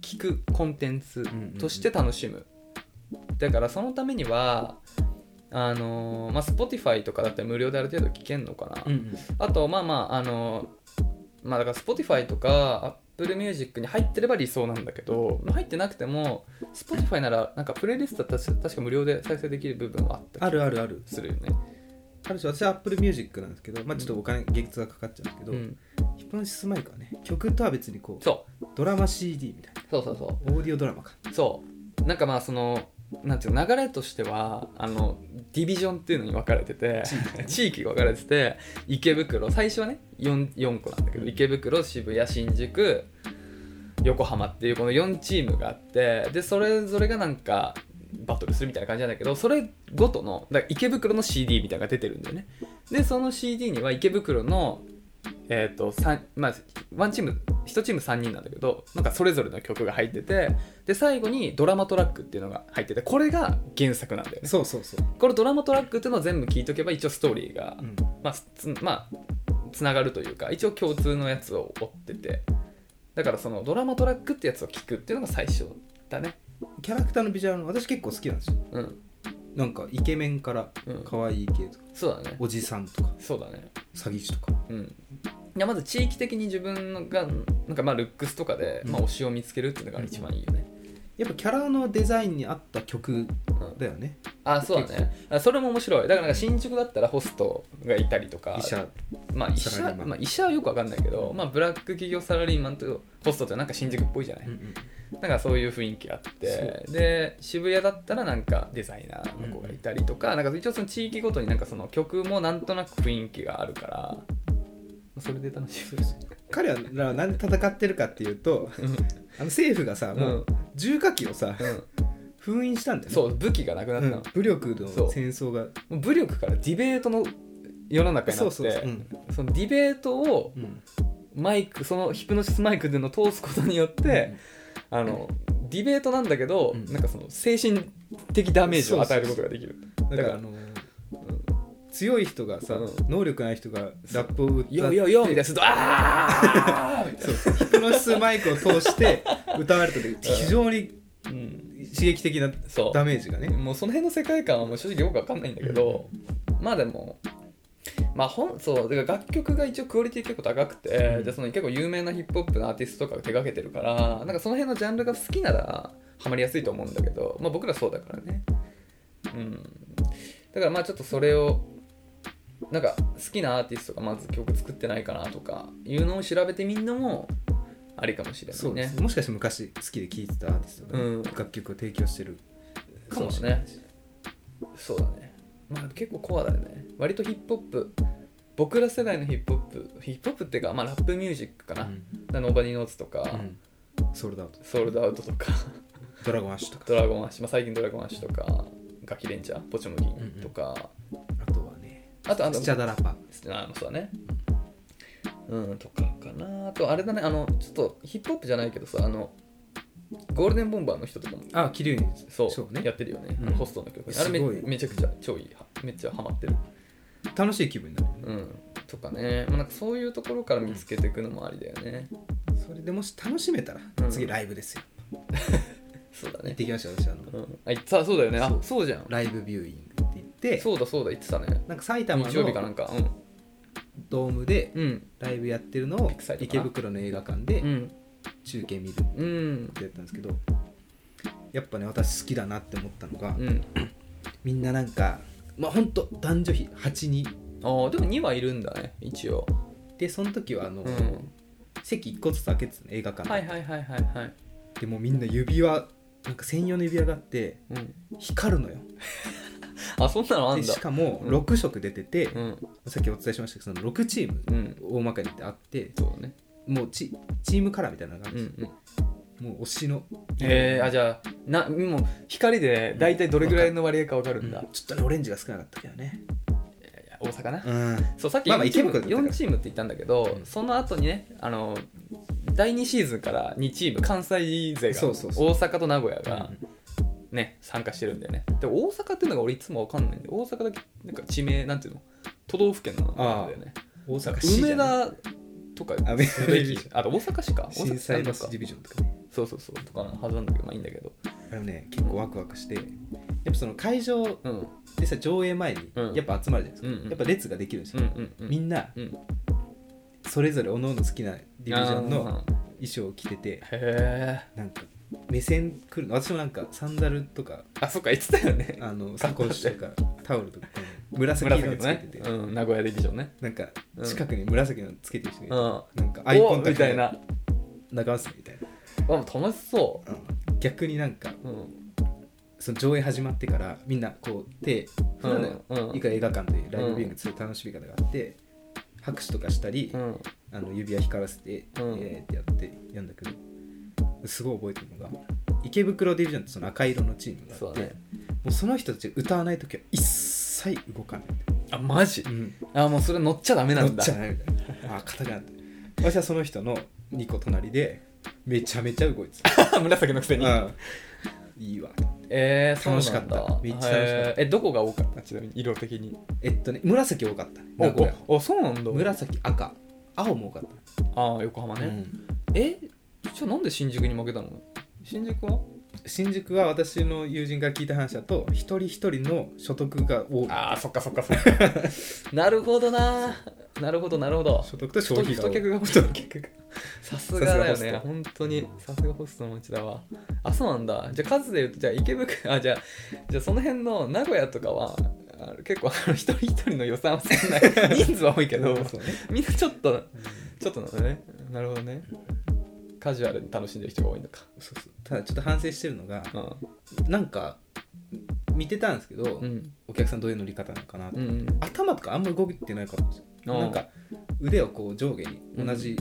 B: 聞くコンテンツとして楽しむ、だからそのためにはあのーまあ、Spotify とかだったら無料である程度聞けんのかな、
A: うんうん
B: あとまあまああのまあだから Spotify とか Apple Music に入ってれば理想なんだけどまあ入ってなくても Spotify ならなんかプレイリストだったら確か無料で再生できる部分はあった
A: あ
B: り
A: るあるある
B: するよね。
A: あるし私は Apple Music なんですけど、まあ、ちょっとお金月額がかかっちゃうんですけど、
B: うん、
A: ヒプノシスマイクはね曲とは別にこう
B: そ
A: ドラマ CD みたいう
B: そうそうそ
A: なオーディオドラマか
B: うそうなんかまあそのなんていうの流れとしてはあのディビジョンっていうのに分かれてて
A: 地域
B: 地域が分かれてて池袋最初はね 4, 4個なんだけど池袋渋谷新宿横浜っていうこの4チームがあってでそれぞれがなんかバトルするみたいな感じなんだけどそれごとのだから池袋の CD みたいなのが出てるんだよねでその CD には池袋のえっ、と三まあ1チーム1チーム3人なんだけどなんかそれぞれの曲が入っててで最後にドラマトラックっていうのが入っててこれが原作なんだよね
A: そうそうそう、
B: これドラマトラックっていうのを全部聞いとけば一応ストーリーが
A: うん
B: まあつまあ、つながるというか一応共通のやつを追っててだからそのドラマトラックってやつを聞くっていうのが最初だね
A: キャラクターのビジュアルの私結構好きなんですよ
B: うん
A: なんかイケメンから
B: うん
A: 可愛い系とか、
B: そうだね
A: おじさんとか
B: そうだね
A: 詐欺師とか
B: うんいやまず地域的に自分がなんかまあルックスとかで、まあ、推しを見つけるっていうのが一番いいよね、
A: やっぱキャラのデザインに合った曲
B: うん、
A: だよね
B: あそうだねあそれも面白いだからなんか新宿だったらホストがいたりとか
A: 医者
B: まあ医
A: サラリ
B: 者
A: ーマン
B: まあ医者はよくわかんないけど、まあ、ブラック企業サラリーマンとホストってなんか新宿っぽいじゃない、なんかそういう雰囲気あってで渋谷だったらなんかデザイナーの子がいたりとか,、なんか一応その地域ごとになんかその曲もなんとなく雰囲気があるからそれで楽しいです
A: 彼らは何で戦ってるかっていうとあの政府がさ、もう重火器をさ封印したんだよね
B: そう武器がなくなっ
A: う
B: た
A: ん
B: の、も
A: 武力の
B: そう
A: 戦争が
B: う武力からディベートの世の中になっ
A: そう
B: て
A: そうそううん
B: そのディベートを
A: うん
B: マイクそのヒプノシスマイクでの通すことによって、あのディベートなんだけど、
A: うん
B: なんかその精神的ダメージを与えることができる
A: だからあの強い人がさ、
B: うん
A: 能力ない人がラップを歌
B: 「よ
A: っ
B: よ
A: て
B: よよ」みたいなすると「ああ!」みたい
A: そう ヒプノシスマイクを通して歌われた時非常に
B: な、うん、
A: 刺激的な
B: そう
A: ダメージがね
B: もうその辺の世界観はもう正直よくわかんないんだけど、まあでもまあ本そうだから楽曲が一応クオリティ結構高くて、
A: うん
B: でその結構有名なヒップホップのアーティストとかが手掛けてるからなんかその辺のジャンルが好きならハマりやすいと思うんだけど、まあ、僕らそうだからねうんだからまあちょっとそれをなんか好きなアーティストがまず曲作ってないかなとかいうのを調べてみるのもありかもしれな
A: そ
B: いう
A: で
B: ね
A: すもしかして昔好きで聴いてたアーティストがね、
B: うん
A: 楽曲を提供してる
B: かもしれないそうだね。まあ結構コアだよね。割とヒップホップ、僕ら世代のヒップホップ、ヒップホップっていうか、まあラップミュージックかな。
A: うん
B: だノーバディノーツとか、
A: うんソールドアウト
B: ソールドアウトと か、
A: ドラゴンアッシュとか
B: ドラゴンアッシュ、まあ、最近ドラゴンアッシュとか、ガキレンジャー、ポチョムギンとか、
A: あとはね
B: あとあの
A: スチャダラパ
B: あのそうだねうんとかかなあとあれだねあのちょっとヒップホップじゃないけどさあのゴールデンボンバーの人とかも
A: あ桐生に
B: そう
A: そうね
B: やってるよね、
A: うん
B: あのホストの曲あれめ
A: すごい
B: めちゃくちゃ超いいめっちゃハマってる
A: 楽しい気分になるよね
B: うん、とかね、まあ、なんかそういうところから見つけていくのもありだよね。
A: それでもし楽しめたら、
B: うん
A: 次ライブですよ
B: そうだ
A: 行っ
B: ね。
A: てきましたよ私あの
B: うん、あ、いったそうだよね。あ、そうじゃん。
A: ライブビューイングって言って
B: そうだそうだ、言ってたね。
A: なんか埼玉
B: 日曜日かな
A: の
B: んか。
A: ドームで
B: うん。うん。
A: ライブやってるのを
B: ビッグサイトか
A: 池
B: な
A: 袋の映画館
B: う
A: で
B: ん。
A: 中継見るっ
B: うん。
A: てやったんですけどやっぱね私好きだなって思ったのが、
B: うん。
A: みんななんかまあほんと男女比8人
B: ああ、でも2はいるんだね、一応。
A: でその時はあの、
B: うん。
A: 席1個ずつ開けてたの映画館で、
B: はいはいはいはいはい。
A: でもうみんな指輪なんか専用の指輪があって
B: うん。
A: 光るのよ
B: あ、そんなのあん
A: で
B: だ
A: し。かも
B: うん
A: 6色出てて、
B: うん。
A: さっきお伝えしましたけどその6チーム
B: うん。
A: 大まかにってあって
B: そうだね。
A: もうチチームカラーみたいなのがあ
B: うん
A: る
B: うん
A: ですよ、
B: ん。
A: もう推しの
B: えー、あ、じゃあ、な、もう光で大体どれぐらいの割合かわかるんだ
A: うん。ちょっとねオレンジが少なかったけどね
B: いや大阪
A: う
B: な。
A: ん
B: そうさっき
A: まあまあ
B: 4チーム,、
A: 池袋だったから
B: チームって言ったんだけど、
A: うん
B: その後にねあの第2シーズンから2チーム関西勢が
A: そうそうそ
B: 大阪と名古屋が
A: うん、
B: ね参加してるんだよねで大阪っていうのが俺いつも分かんないんで大阪だけなんか地名なんていうの都道府県なのなんだよね
A: 大阪市じ
B: 梅
A: ゃない
B: 田とか
A: あ梅
B: す
A: 田
B: べき あと大阪市か大
A: 震
B: 阪
A: 災
B: 市
A: 橋
B: とか
A: ディビジョンとかね
B: そうそうそうとかのはずなんだけどまあいいんだけど
A: あれね結構ワクワクしてやっぱその会場
B: うん
A: でさ上映前に
B: うん
A: やっぱ集まるじゃないですか、
B: うんうん
A: やっぱ列ができるんです
B: うん
A: よ、
B: うんうん
A: みんな
B: うん
A: それぞれおのおの好きなディビジョンの
B: あ
A: 衣
B: ー
A: 装を着てて
B: へえ
A: なんか目線来るの私もなんかサンダルとか
B: あそっか言ってたよね
A: あのサコッシュとかタオルとかこの紫色のつけてて、
B: ねうん、名古屋劇場ね
A: なんか近くに紫のつけてる人
B: う
A: がい
B: ん
A: て、なんかア
B: ア
A: イ
B: イ
A: コ
B: コ
A: ン
B: ン
A: タ
B: み
A: クト
B: た
A: で
B: いな
A: 長尾さんみたい
B: あもう楽しそ
A: な、うん逆になんか
B: う、うん、
A: その上映始まってからみんなこう手振るのよ、
B: うんうん
A: いいか映画館でライブビューイングする楽しみ方があって、拍手とかしたり、
B: うん、
A: あの指輪光らせて、
B: うん
A: えーってやってやんだけどすごい覚えてるのが池袋ディビジョンってその赤色のチームがあ
B: そう
A: って
B: だね
A: もうその人たちが歌わない時は一切動かない、
B: あマジ
A: うん、
B: あもうそれ乗っちゃダメなん
A: どっ
B: だ
A: ちじゃないみたいなあ硬くなって私はその人の2個隣でめちゃめちゃ動いてた、
B: 紫のくせに
A: うん、いいわ
B: えー、そうなん
A: 楽し
B: だ
A: かっためっちゃ楽しかった
B: へーえどこが多かったちなみに色的に
A: えっとね紫多かったね
B: お
A: 名古屋
B: おおそうなんだ
A: 紫赤青も多かっ
B: ああ横浜
A: たね、
B: ね、えじゃあなんで新宿に負けたの新宿は
A: 新宿は私の友人から聞いた話だと一人一人の所得が多い
B: ああそっかそっかそっか なるほどななるほどなるほど
A: 所得と消
B: 太
A: 費が多
B: 太
A: い
B: 客が太客が さすがだ
A: さ
B: よ
A: すがホ
B: ね
A: スト
B: 本当にさすがホストの街だわあそうなんだじゃあ数で言うとじゃあ池袋あじゃあじゃあその辺の名古屋とかはあ結構あの一人一人の予算はそんな 人数は多いけど
A: そうね
B: みんなちょっとちょっとなのねなるほどねカジュアルに楽しんでる人が多いのか
A: そうそうただちょっと反省してるのがなんか見てたんですけど、
B: うん
A: お客さんどういう乗り方なのかなと、
B: うんうん
A: 頭とかあんまり動いてないからですよ
B: あー
A: なんか腕をこう上下に同じ、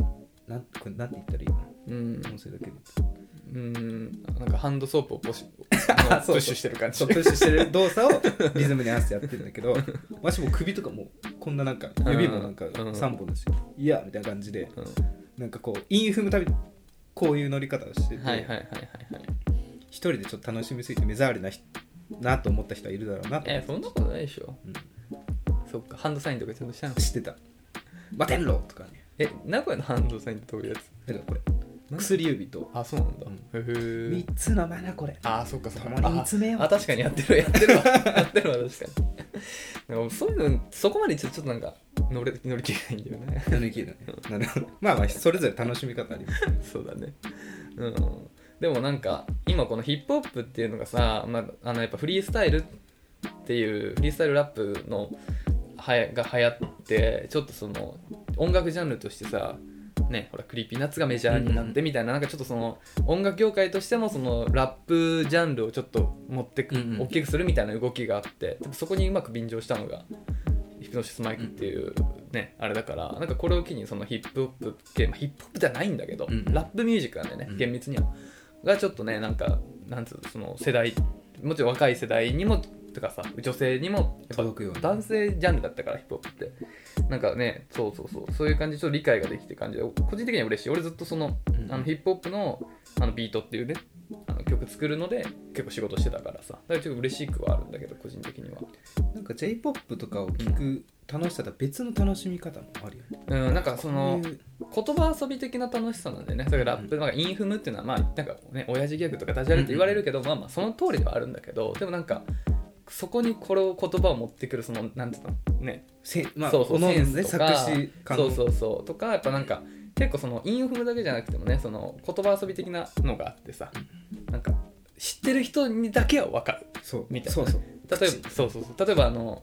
A: なんこれなんて言ったらいいの
B: うん
A: 音声だけで
B: うんなんかハンドソープをポ シプ
A: あそうそう
B: ッシュしてる感
A: ち
B: じ
A: ょっとしてる動作をリズムに合わせてやってるんだけど私もう首とかもうこんななんか指もなんか
B: うん
A: 3本ですよ、いやみたいな感じで
B: うん
A: なんかこう韻踏むたびにこういう乗り方をしてて、
B: はいはいはいはいはい
A: 一人でちょっと楽しみすぎて目障りな人なと思った人はいるだろうなと、
B: えそんなことないでしょ
A: うん
B: そっかハンドサインとかちゃんとしたの
A: 知ってた「バテンロ!」とかね
B: え名古屋のハンドサインってどういうやつ
A: だからこれ薬指と
B: あそうなんだ、
A: 「
B: へー
A: 三つのまなこれ」
B: あそっかそっ
A: 共に見
B: か
A: つめよう
B: ああ確かにやってるやってるわ やってるわ確かになんかそういうのそこまでちょっとちょっとなんか乗れ乗り切れないんだよね
A: なるほどねなるほ どまあまあそれぞれ楽しみ方あります
B: そうだねうんでもなんか今このヒップホップっていうのがさ、まあ、あのやっぱフリースタイルっていうフリースタイルラップのはやが流行ってちょっとその音楽ジャンルとしてさね、ほらクリーピーナッツがメジャーになってみたいな,、なんかちょっとその音楽業界としてもそのラップジャンルをちょっと持ってく、
A: うんうん
B: 大きくするみたいな動きがあってそこにうまく便乗したのがヒプノシスマイクっていうね、あれだからなんかこれを機にそのヒップホップ系、まあ、ヒップホップじゃないんだけど、
A: うん
B: ラップミュージックなんだよね、
A: うん
B: 厳密にはがちょっとねなんかなんつうのその世代もちろん若い世代にもとかさ女性にもやっぱ
A: 届くように
B: 男性ジャンルだったからヒップホップってなんかねそうそうそうそういう感じでちょっと理解ができて感じで個人的には嬉しい俺ずっとその,、
A: うん
B: あのヒップホップのあのビートっていうねあの曲作るので結構仕事してたからさだからちょっと嬉しくはあるんだけど個人的には
A: なんか j p o p とかを聞く楽しさとは別の楽しみ方もあるよね
B: うんなんかその
A: こういう
B: 言葉遊び的な楽しさなんでねそれがラップなんかインフムっていうのはまあなんかね親父ギャグとかダジャレって言われるけど、まあまあその通りではあるんだけどでもなんかそこにこれを言葉を持ってくるそのなんていうのね
A: せまあ
B: そうそう
A: おのおの
B: セ
A: ね
B: ン
A: 作
B: スとか
A: 詞感
B: そうそうそうとかやっぱなんか結構その韻を踏むだけじゃなくてもねその言葉遊び的なのがあってさなんか知ってる人にだけは分かる
A: そう
B: みたいな
A: そうそう
B: 例えばそうそうそう例えばあの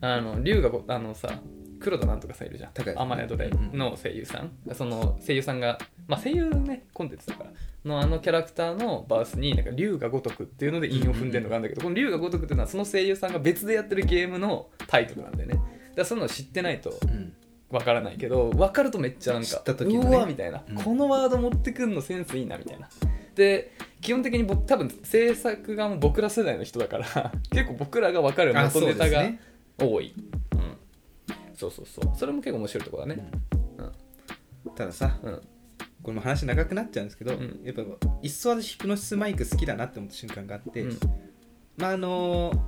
B: あの龍がごあのさ黒田なんとかさんいるじゃん
A: 高い
B: 天谷奴隷の声優さん、その声優さんが、まあ、声優ねコンテンツだからのあのキャラクターのバースになんか龍が如くっていうので韻を踏んでるのがあるんだけど、この龍が如くっていうのはその声優さんが別でやってるゲームのタイトルなんだよねだからそういうの知ってないと
A: うん
B: わからないけど分かるとめっちゃなん
A: 知
B: か
A: った時のね
B: うわみたいな、
A: うん
B: このワード持ってくんのセンスいいなみたいなで基本的に僕多分制作がもう僕ら世代の人だから 結構僕らが分かる
A: あ
B: 元ネタ
A: そう
B: が
A: ですね
B: 多いうん、そうそうそうそれも結構面白いところだね
A: たださ
B: うん
A: これも話長くなっちゃうんですけど、
B: うん
A: やっぱ一層私ヒプノシスマイク好きだなって思った瞬間があって、
B: うん
A: まああのー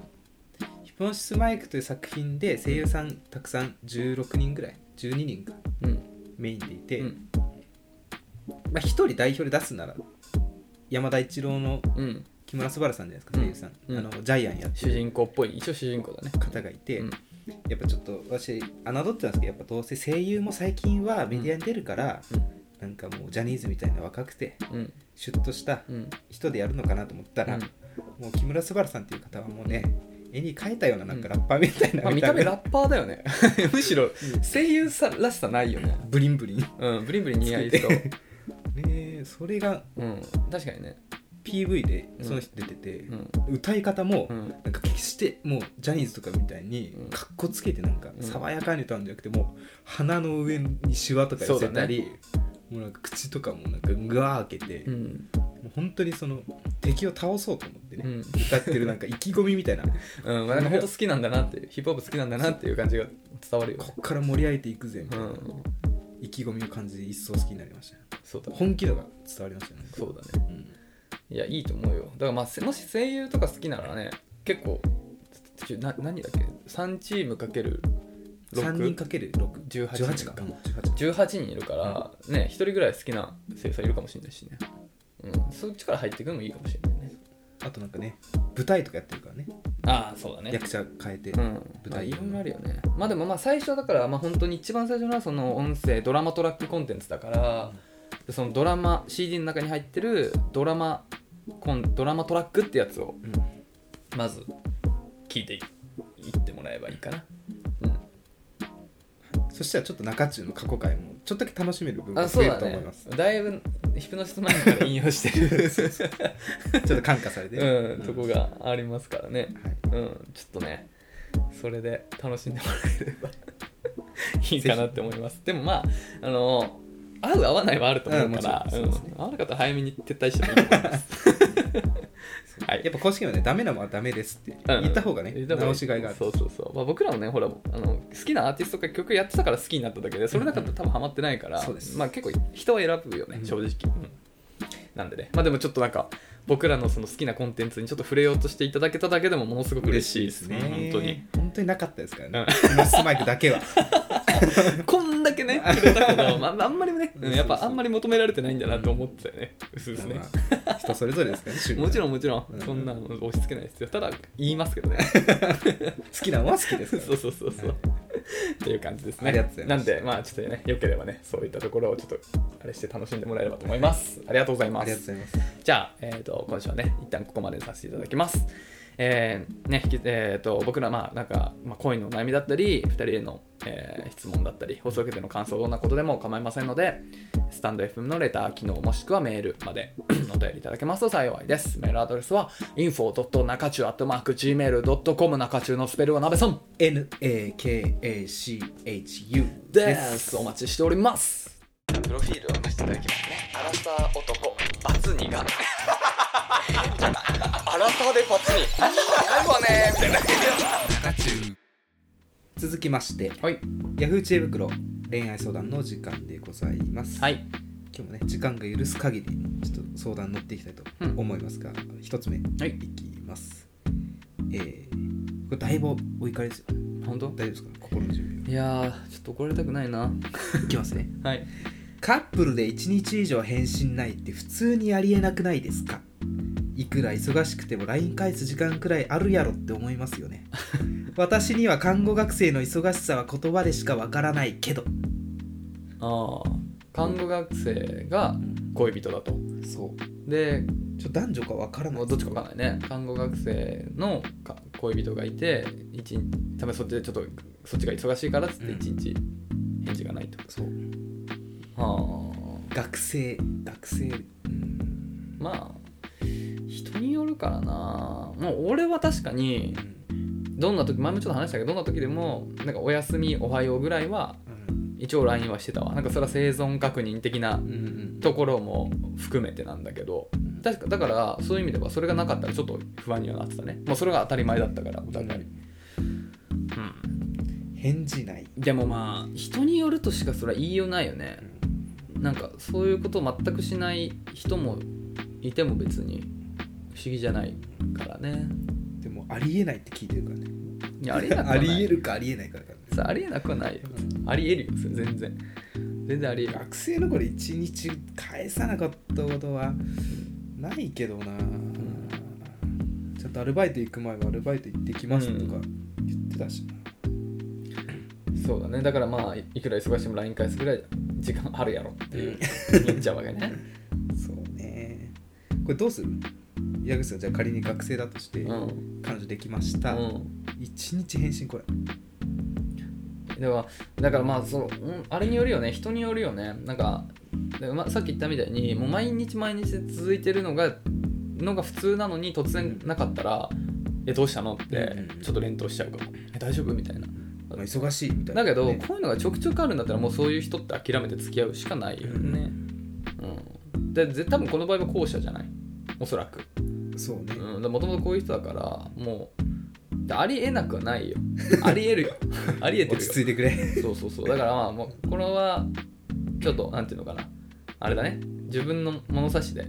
A: ヒプノシスマイクという作品で声優さんたくさん16人ぐらい12人が
B: うん
A: メインでいて、
B: うん
A: まあ、1人代表で出すなら山田一郎の
B: うん
A: 木村昴さんじゃないですか
B: うん
A: 声優さん、
B: うん
A: あのジャイアンやって
B: 主
A: る
B: 人公っぽい一応主人公だね
A: 方がいて、
B: うん
A: やっぱちょっと私侮ってたんですけどやっぱどうせ声優も最近はメディアに出るから、
B: うん
A: なんかもうジャニーズみたいな若くて
B: うん
A: シュッとした
B: うん
A: 人でやるのかなと思ったら、
B: うん
A: もう木村昴さんっていう方はもうね絵に描いたようななんかラッパーみたいな、
B: まあ、見た目ラッパーだよね むしろ声優さらしさないよね
A: ブリンブリンね
B: うんブリンブリン似合いそう、
A: えそれが
B: うん、確かにね
A: PV でその人出てて、
B: うん
A: 歌い方も、
B: うん
A: なんか決してもうジャニーズとかみたいに
B: うん
A: かっこつけてなんか
B: うん
A: 爽やかに歌うんじゃなくてもう鼻の上にシワとか寄せたり、もうなんか口とかもなんかぐわー開けて、
B: う
A: も
B: ん
A: う本当にその敵を倒そうと思ってね、
B: うん
A: 歌ってるなんか意気込みみ たいな
B: うん、まあ、なんか本当好きなんだなっていうヒップホップ好きなんだなっていう感じが伝わるよね
A: こっから盛り上げていくぜみ
B: う
A: たいな、
B: ん
A: 意気込みの感じで一層好きになりましたね
B: そうだ
A: 本気度が伝わりましたね
B: そうだね
A: うん
B: いやいいと思うよだからまあせもし声優とか好きならね結構ちょな何だっけ3チームかける
A: 3人かける6
B: 18
A: 18か18
B: 18人いるから、ね1人ぐらい好きな声優さんいるかもしれないしね、うん、そっちから入っていくのもいいかもしれないね
A: あとなんかね舞台とかやってるからね
B: ああそうだね
A: 役者変えて、
B: うん
A: 舞台
B: まあいろいろあるよねまあでもまあ最初だからまあ本当に一番最初のはその音声ドラマトラックコンテンツだからそのドラマ CD の中に入ってるドラマコンドラマトラックってやつを
A: うん
B: まず聞いていってもらえばいいかな、う
A: そしたらちょっと中中の過去回もちょっとだけ楽しめる部分
B: ん、あ
A: が
B: そ
A: 増
B: う
A: える
B: だ
A: と思い
B: ね
A: ます、
B: だいぶヒプノシスマインから引用してる
A: ちょっと感化されて、
B: うん、
A: うん
B: とこがありますからね
A: はい
B: うんちょっとねそれで楽しんでもらえ ればいいかなって思いますでもまああの合う合わないはあると思うから、
A: うん
B: う
A: もちろん
B: ん
A: そうですね
B: 合わなかったら早めに撤退してもいいと思いますはい
A: やっぱ公 式はねダメなものはダメですって
B: うん
A: 言った方がね、
B: 言った方がいい
A: 直しがいがある
B: そうそうそう、まあ、僕らもねほらあの好きなアーティストが曲やってたから好きになっただけでそれだから多分ハマってないから、
A: そうです
B: まあ結構人は選ぶよね
A: うん
B: 正直、うんなんでねまあでもちょっとなんか僕らのその好きなコンテンツにちょっと触れようとしていただけただけでもものすごく嬉しいですね本当に
A: 本当になかったですからねこのスマイクだ けは
B: こんだ けね触れたけど、まあ、あんまりね、うんや
A: そ
B: っ
A: う
B: ぱ
A: そ
B: あ
A: うそうん
B: まり求められてないんだなと思ってたよねうすうすね
A: まあ人それぞれですからね趣味は
B: もちろんもちろん
A: うん
B: そんなの押し付けないですよただ言いますけどね
A: 好きなのは好きです
B: そ
A: か
B: う
A: らね、
B: そうそうそう、
A: はい
B: っていう感じですね
A: ありがとうございます
B: なんでまあちょっとねよければねそういったところをちょっとあれして楽しんでもらえればと思いますありがとうござい
A: あ
B: ま
A: りが
B: す
A: とうございます
B: じゃあ、えー、と今週はね一旦ここまでにさせていただきます。えーね引きえー、と僕ら、まあなんかまあ、恋の悩みだったり2人への、えー質問だったり放送を受けての感想どんなことでも構いませんのでスタンド FM のレター機能もしくはメールまで お便りいただけますと幸いですメールアドレスは info.nakachu.gmail.com 中中のスペルはなべさん
A: NAKACHU
B: で
A: です
B: すお待ちしておりますプロフィールを出していただきますねアラサー男バツ2がアラサーでバツ2あるわねみたいな
A: 続きまして
B: はい
A: ヤフー知恵袋恋愛相談の時間でございます、
B: はい
A: 今日もね時間が許す限りちょっと相談乗っていきたいと思いますが、一つ目
B: はい
A: いきますえー、これだいぶお怒りですよ
B: 本当
A: 大丈夫ですか心の準備
B: いやーちょっと怒られたくないな
A: はいきますね
B: はい
A: カップルで1日以上返信ないって普通にありえなくないですかいくら忙しくても LINE 返す時間くらいあるやろって思いますよ ね私には看護学生の忙しさは言葉でしかわからないけど
B: ああ看護学生が恋人だと
A: そう
B: で
A: ちょっと男女かわからない
B: もうどっちかわかんないね看護学生のか恋人がいて一日多分そっちでちょっとそっちが忙しいからっつって
A: うん
B: 一日返事がないと、
A: そう
B: はあ
A: 学生学生うん
B: まあ人によるからなもう俺は確かにどんな時前もちょっと話したけどどんな時でもなんかお休みおはようぐらいは一応 LINE はしてたわなんかそれは生存確認的な
A: うんうん
B: ところも含めてなんだけど
A: うん
B: 確かだからそういう意味ではそれがなかったらちょっと不安にはなってたねもうそれが当たり前だったからお互い、うん、
A: 返事ない、
B: でもまあ人によるとしかそれは言いようないよねなんかそういうことを全くしない人もいても別に不思議じゃないからね
A: でもありえないって聞いてるからね
B: いやありえなくは な
A: あ
B: い
A: りえるかありえないかだからね
B: さありえなくはないよありえるよそれ全然全然ありえる
A: 学生の頃一日返さなかったことはないけどな、ちゃんとアルバイト行く前はアルバイト行ってきますとか言ってたしな、
B: そうだねだからまあいいくら忙しくても LINE 返すぐらい時間あるやろっていう言っちゃうわけ ね
A: そうねこれどうする矢口さんじゃあ仮に学生だとして、
B: うん
A: 彼女できました、
B: うん
A: 一日返信これ
B: ではだからまあそのうんあれによるよね人によるよねなんかでまあさっき言ったみたいにもう毎日毎日続いてるのがのが普通なのに突然なかったら「えどうしたの?」っ
A: うん
B: て
A: うんうん
B: ちょっと連投しちゃうかも「え大丈夫?」みたいな
A: まあ忙しいみたいなね、
B: だけどこういうのがちょくちょくあるんだったらもうそういう人って諦めて付き合うしかないよねうんでぜ多分この場合は後者じゃないおそらく
A: そうね、
B: うんもともとこういう人だからもうでありえなくはな いよありえるよありえて
A: 落
B: るよ
A: ち着いてくれ
B: そうそうそうだからまあもうこれはちょっとなんていうのかなあれだね自分の物差しで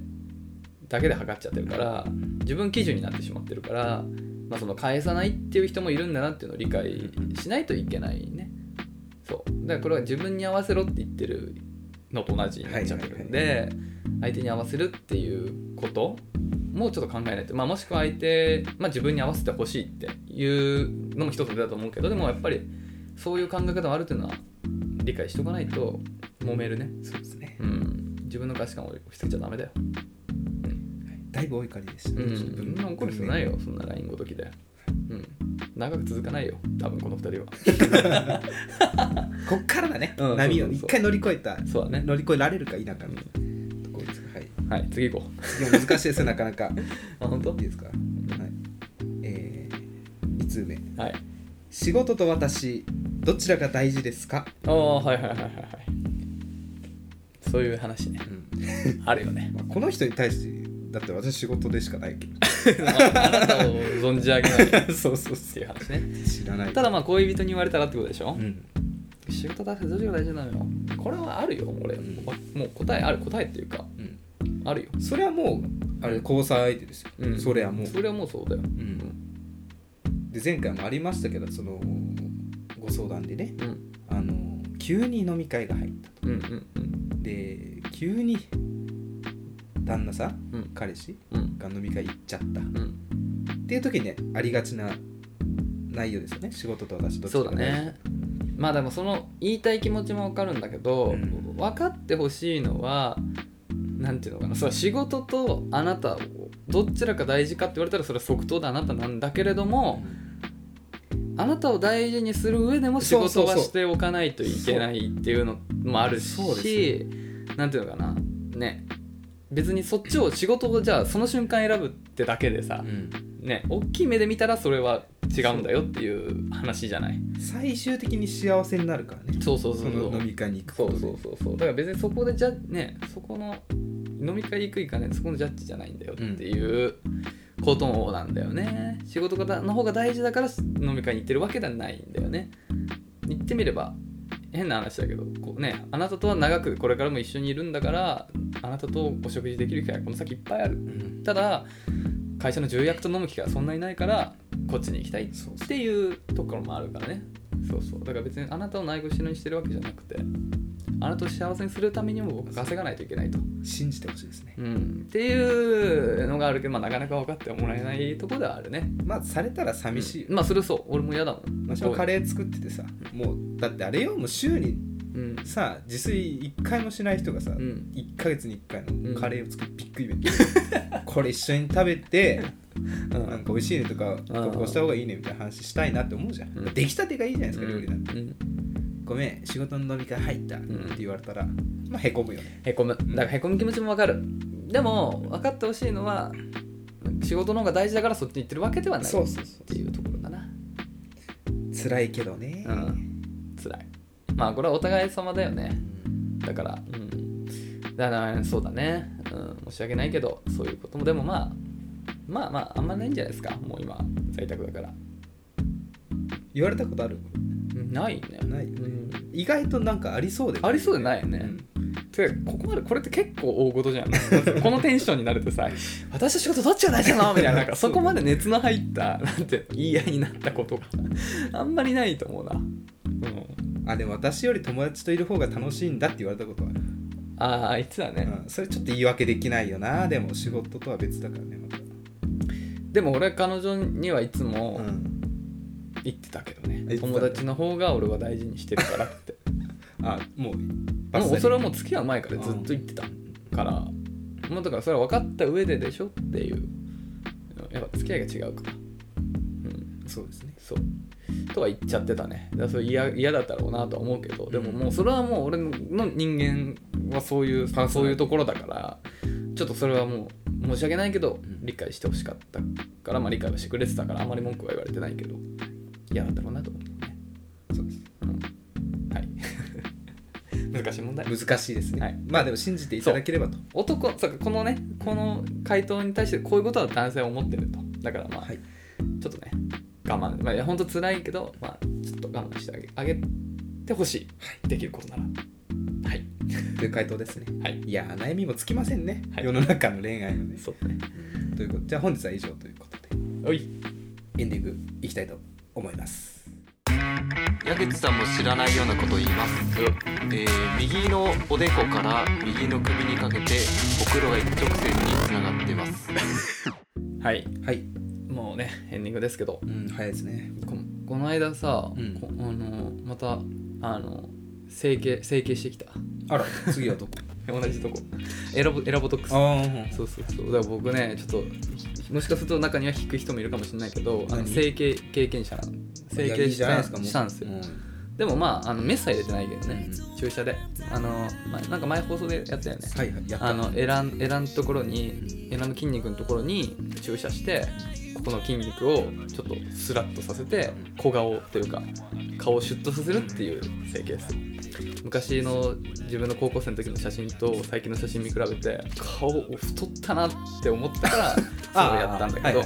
B: だけで測っちゃってるから自分基準になってしまってるから、まあ、その返さないっていう人もいるんだなっていうのを理解しないといけないねそうだからこれは自分に合わせろって言ってるのと同じになっちゃってるんで、相手に合わせるっていうこともうちょっと考えないと、まあ、もしくは相手、まあ、自分に合わせてほしいっていうのも一つだと思うけどでもやっぱりそういう考え方もあるっていうのは理解しておかないと揉めるね、
A: そうですね
B: うん、自分の価値観を押し付けちゃダメだよ、
A: だいぶお怒りでした
B: う
A: ね、
B: ん、
A: ちょっと
B: そんな怒る必要ないよそんな LINE ごときで、うん、長く続かないよ多分この二人は
A: こっからだね、
B: うん
A: 波を
B: そうそうそ
A: 一
B: う
A: 回乗り越えた
B: そうだね
A: 乗り越えられるか否かみたいなところですがはい
B: はい次行こう
A: 次も難しいですよなかなか
B: あ本当
A: いいですかはいえー、2通目
B: はい
A: 仕事と私どちらが大事ですか、
B: ああはいはいはいはいはいそういう話ねあるよね
A: まあこの人に対してだって私仕事でしかないけ
B: まああなたを存じ上げないっ
A: ど そうそうそ
B: ていう話ね
A: う知らない
B: ただまあ恋人に言われたらってことでし
A: う
B: ょ、
A: ん
B: 仕事だしてどっちが大事なのよこれはあるよ俺
A: うん
B: もう答えある答えっていうか
A: うん
B: あるよ
A: それはもうあれ交際相手ですよ、
B: うん
A: それはもう
B: それはもうそうだよ
A: うん、で前回もありましたけどそのご相談でね
B: うん
A: あの急に飲み会が入ったと
B: うんうんうん
A: で急に旦那さん
B: うん
A: 彼氏
B: うん
A: が飲み会行っちゃったっ
B: うん
A: ていう時にねありがちな内容ですよね仕事と私どっち
B: そう
A: か
B: だねまあでもその言いたい気持ちも分かるんだけど、
A: うん
B: 分かってほしいのはなんていうのかなその仕事とあなたをどちらか大事かって言われたらそれは即答であなたなんだけれど
A: うん
B: もあなたを大事にする上でも仕
A: そ
B: 事
A: うそう
B: は
A: そう
B: しておかないといけないっていうのもある
A: そう
B: し
A: で
B: なんていうのかなね別にそっちを仕事をじゃあその瞬間選ぶってだけでさ、ね大きい目で見たらそれは違うんだよっていう話じゃない
A: 最終的に幸せになるからね
B: そうそうそ
A: そう
B: そう
A: の飲み会に行く
B: そ
A: こと
B: う
A: で
B: そうそうそうだから別にそこでじゃねそこの飲み会行く行かねそこのジャッジじゃないんだよっていうことなんだよね、仕事方の方が大事だから飲み会に行ってるわけではないんだよね言ってみれば変な話だけどこう、ね、あなたとは長くこれからも一緒にいるんだからあなたとお食事できる機会はこの先いっぱいある
A: うん
B: ただ会社の重役と飲む機会はそんなにないからこっちに行きたい
A: そう
B: っていうところもあるからねそうそうだから別にあなたをないがしろにしてるわけじゃなくてあなたを幸せにするためにも僕は稼がないといけないと、
A: 信じてほしいですね
B: うん、っていうのがあるけど、まあ、なかなか分かってもらえないところではあるね
A: まあされたら寂しいよ、
B: まあそれそう俺も嫌だもん
A: 私もカレー作っててさもうだってあれよもう週に
B: うん
A: さ自炊1回もしない人がさ、
B: うん
A: 1ヶ月に1回
B: うん
A: のカレーを作るビッグイベ ント、これ一緒に食べて
B: う
A: なんか美味しいねとか
B: うん
A: こうした方がいいねみたいな話したいなって思うじゃん、
B: うん
A: 出来たてがいいじゃないですか、料理なんて
B: ん
A: ごめん仕事の飲み会入ったって言われたら、まあへこむよね
B: へこむだからへこむ気持ちも分かるでも分かってほしいのは仕事の方が大事だからそっちに行ってるわけではないっ
A: そうそ
B: ていうところだな
A: 辛いけどね、
B: う辛いまあこれはお互い様だよねだからうんだからそうだね、うん、申し訳ないけどそういうこともでもまあまあまああんまないんじゃないですかもう今在宅だから
A: 言われたことある
B: うんないね
A: ないよね
B: うん
A: 意外となんかありそうで
B: ありそうでない
A: い
B: よね、てかここまでこれって結構大事じゃんこのテ ンションになるとさ私の仕事どっちが大事なのみたいななんかそこまで熱の入ったなんて言い合いになったことがあんまりないと思うな、うん、
A: あでも私より友達といる方が楽しいんだって言われたことはある、
B: ああいつだね、
A: うん、それちょっと言い訳できないよなでも仕事とは別だからねまた
B: でも俺は彼女にはいつも
A: うん
B: 言ってたけどね、
A: 言ってたね
B: 友達の方が俺は大事にしてるからって
A: あもう バッサリ
B: もうそれはもう付き合う前からずっと言ってたからもうだからそれは分かった上ででしょっていうやっぱ付き合いが違うからうん
A: そうですね
B: そうとは言っちゃってたねだからそれ嫌嫌だったろうなとは思うけどでももうそれはもう俺の人間はそういう
A: パーソナリティ
B: そういうところだからちょっとそれはもう申し訳ないけど
A: ん
B: 理解してほしかったからまあ理解はしてくれてたからあまり文句は言われてないけど嫌だったろうなと思ってね
A: そうです
B: はい 難しい問題
A: 難しいですね、
B: はい
A: まあでも信じていただければと
B: 男そうかこのねこの回答に対してこういうことは男性は思ってるとだからまあ、
A: はい
B: ちょっとね我慢まあいや本当辛いけどまあちょっと我慢してあげあげてほしい、できることならはい
A: という回答ですね
B: はい
A: いやー悩みもつきませんね、
B: はい
A: 世の中の恋愛のね
B: そうね
A: ということじゃあ本日は以上ということで
B: おい
A: エンディングいきたいと思います
C: 矢口さんも知らないようなことを言います、えー右のおでこから右の首にかけてほくろが一直線につながってます
B: はい
A: はい、
B: もうねエンディングですけど
A: うん、早いですね
B: ここの間さ、
A: うん
B: こあのまたあの整形整形してきた
A: あら次 はどこ
B: 同じとこエラボエラボトックス
A: ああうん
B: そうそうそうだから僕ねちょっとひもしかすると中には引く人もいるかもしれないけどあの
A: 何
B: 整形経験者なの整
A: いやい
B: 形
A: い
B: し
A: じゃない
B: た
A: ですかもう
B: したんですよ
A: うん
B: でもまああのメッサ入れてないけどね、
A: う
B: 注射であの、まなんか前放送でやったよね、
A: はいはいやった
B: あのエランエラのところにエラの筋肉のところに注射してここの筋肉をちょっとスラッとさせて小顔というか顔をシュッとさせるっていう整形です昔の自分の高校生の時の写真と最近の写真見比べて顔太ったなって思っ たからそうやったんだけど、
A: はいはい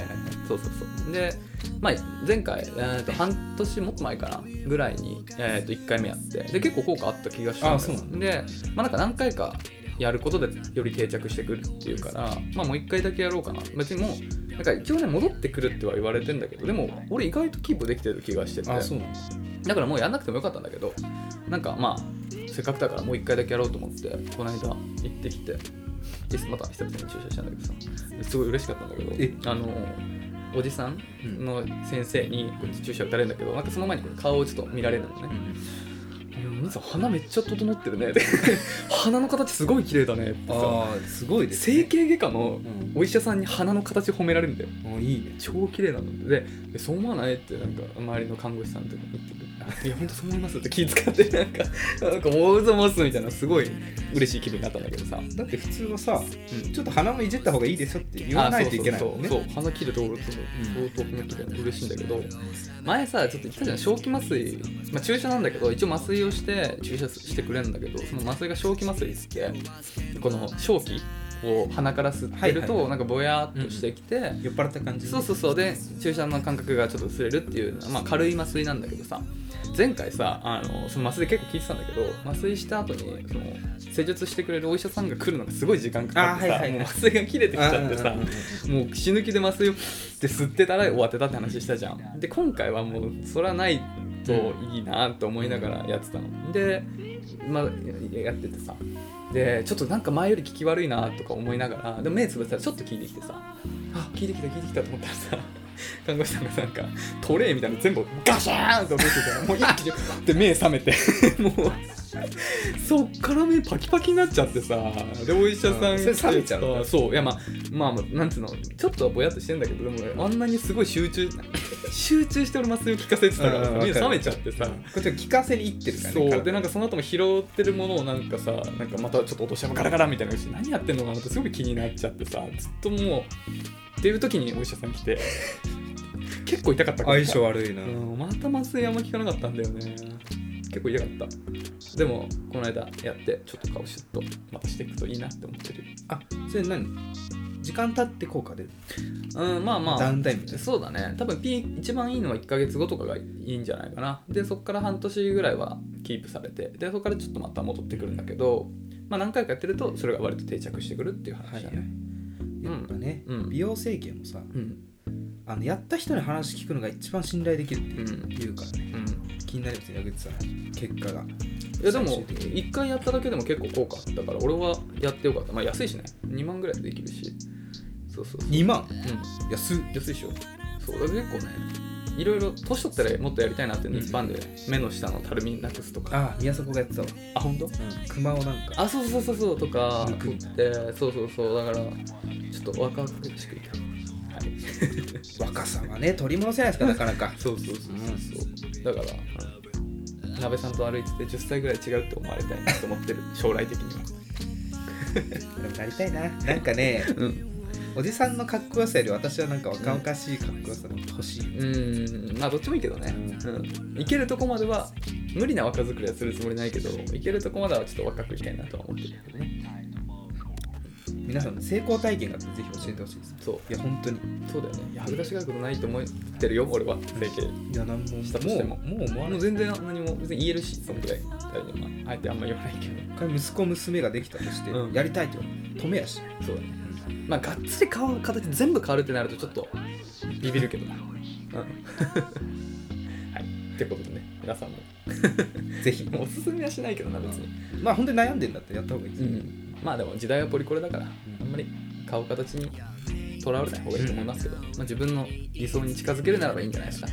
A: はい
B: そうそうそうで、まあ、前回、えー、と半年もっと前かなぐらいに、えー、と1回目やってで結構効果あった気がしたん
A: あ
B: で
A: そうなん
B: で、まあ、なんか何回かやることでより定着してくるっていうから、まあ、もう1回だけやろうかな別にもうなんか一応ね戻ってくるっては言われてんだけどでも俺意外とキープできてる気がしてて
A: あそうなんだ
B: だからもうやんなくてもよかったんだけどなんかまあせっかくだからもう1回だけやろうと思ってこの間行ってきてでまた久々に注射したんだけどさすごい嬉しかったんだけ
A: え
B: どあのおじさんの先生にこう注射打たれるんだけどなんかその前にこう顔をちょっと見られるのね、いやお兄さん鼻めっちゃ整ってるねって鼻の形すごい綺麗だねってさ
A: ああすごいですね
B: 整形外科の
A: うん
B: お医者さんに鼻の形褒められるんだよ
A: あいいね
B: 超綺麗なのででそう思わないってなんか周りの看護師さんとかに言ってくる いや本当そう思いますって気遣ってなんかなんかもうざますみたいなすごい嬉しい気分になったんだけどさ、
A: だって普通はさ
B: うん
A: ちょっと鼻もいじった方がいいでしょって言わないといけないもんね
B: あそうそうそうそう鼻切ると俺と相当鼻切るの嬉しいんだけど前さちょっと言ったじゃん正気麻酔、まあ、注射なんだけど一応麻酔をして注射してくれるんだけどその麻酔が正気麻酔っつってこの正気を鼻から吸ってる
A: は
B: と、
A: いはいはい
B: なんかぼやっとしてきて、
A: 酔っ払った感じ
B: そうそうそうで注射の感覚がちょっと薄れるっていう、まあ、軽い麻酔なんだけどさ前回さあのその麻酔で結構効いてたんだけど麻酔した後にその施術してくれるお医者さんが来るのがすごい時間かかってさ、
A: あはいはいはい
B: もう麻酔が切れてきちゃって
A: あ
B: さ
A: うんうんうん
B: もう死ぬ気で麻酔をって吸ってたら終わってたって話したじゃんで今回はもうそれはないといいなと思いながらやってたので、まあ、ややっててさでちょっとなんか前より聞き悪いなとか思いながらでも目つぶったらちょっと聞いてきてさあ聞いてきた聞いてきたと思ったらさ看護師さんがなんかトレイみたいなの全部ガシャーンって落としてたらもう一気にで目覚め てもうそっから目パキパキになっちゃってさでお医者さん
A: うんそれ冷めちゃう
B: あそういやまあまあまあなんつうのちょっとはぼやっとしてんだけどでもあんなにすごい集中集中して俺麻酔を効かせてたからさ
A: うんわかる
B: 目覚めちゃってさ
A: こっちが聞かせにいってるからね
B: そう
A: 体
B: でなんかその後も拾ってるものをなんかさなんかまたちょっと落とし物ガラガラみたいなのがして何やってんのかなってすごい気になっちゃってさずっともうっていう時にお医者さん来 て結構痛かったから
A: 相性悪いな、
B: うん、また麻酔あんま効かなかったんだよね結構痛かったでもこの間やってちょっと顔シュッとまたしていくといいなって思ってる
A: あそれ何時間経って効果出る、
B: うんまあまあ
A: ダウンタイムみたいな
B: そうだね多分ピー一番いいのは1ヶ月後とかがいいんじゃないかなでそこから半年ぐらいはキープされてでそこからちょっとまた戻ってくるんだけど、まあ、何回かやってるとそれが割と定着してくるっていう話だね、
A: やっぱね、
B: うん
A: 美容整形もさ
B: うん
A: あのやった人に話聞くのが一番信頼できる
B: うん
A: っていうからね
B: うん
A: 気になりますよ矢口さん結果が
B: いやでも
A: 最終的に
B: 1回やっただけでも結構効果あったから俺はやってよかったまあ安いしね2万ぐらいでできるしそうそうそう
A: 2万
B: うん
A: 安っ
B: 安いでしょそうだから結構ねいろいろ年取ったらもっとやりたいなっていうの一般で、目の下のたるみなくすとか
A: あ宮迫がやってたわ、
B: あ本当
A: うん、熊をなんか
B: あそうそうそうそうとか
A: 抜く
B: 取ってそうそうそうだからちょっと若々しくいたはい
A: 若さはね取り戻せないですからなかな か
B: そうそうそうそうそうだから鍋さんと歩いてて10歳ぐらい違うって思われたいなと思ってる 将来的には
A: でもなりたいななんかね
B: うん
A: おじさんのかっこよさより私はなんか若々しいかっこよさが欲しい、
B: うんまあどっちもいいけどね、うん、いけるとこまでは無理な若作りはするつもりないけどいけるとこまではちょっと若くいきたいなとは思ってるけどね
A: 皆さんの成功体験があったらぜひ教えてほしいです
B: そう
A: いや本当に
B: そうだよねいや恥ずかしがることないと思ってるよ俺は整形
A: いや何も
B: したとしても
A: もうもう思わ
B: も
A: な
B: う
A: い
B: 全然何も別に言えるしそのぐらい誰にもあえてあんま言わないけど
A: 一回息子娘ができたとして、
B: うん
A: やりたいって言われて止めやし
B: そうだね。まあ、がっつり顔の形全部変わるってなると、ちょっとビビるけどな。うん。はい。ってことでね、皆さんも。
A: ぜひ
B: おすすめはしないけどな、別に。
A: まあ本当に悩んでんだったらやった方がいいです、
B: うん。まあでも、時代はポリコレだから、あんまり顔形にとらわれない方がいいと思いますけど、まあ、自分の理想に近づけるならばいいんじゃないですか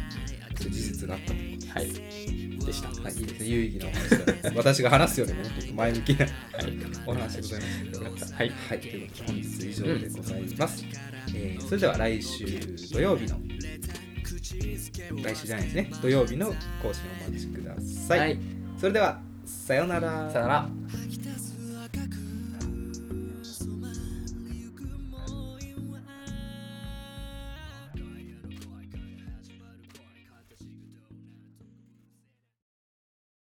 A: 事実があったという
B: はいでした
A: はい、いいですね、有意義なお話だ、 私が話すよりももっと前向きなお話でございました。
B: よかったはい
A: はい、ということで本日以上でございます。えーそれでは来週土曜日の、来週じゃないですね、土曜日の更新をお待ちください。
B: はい
A: それでは、さようなら
B: さよなら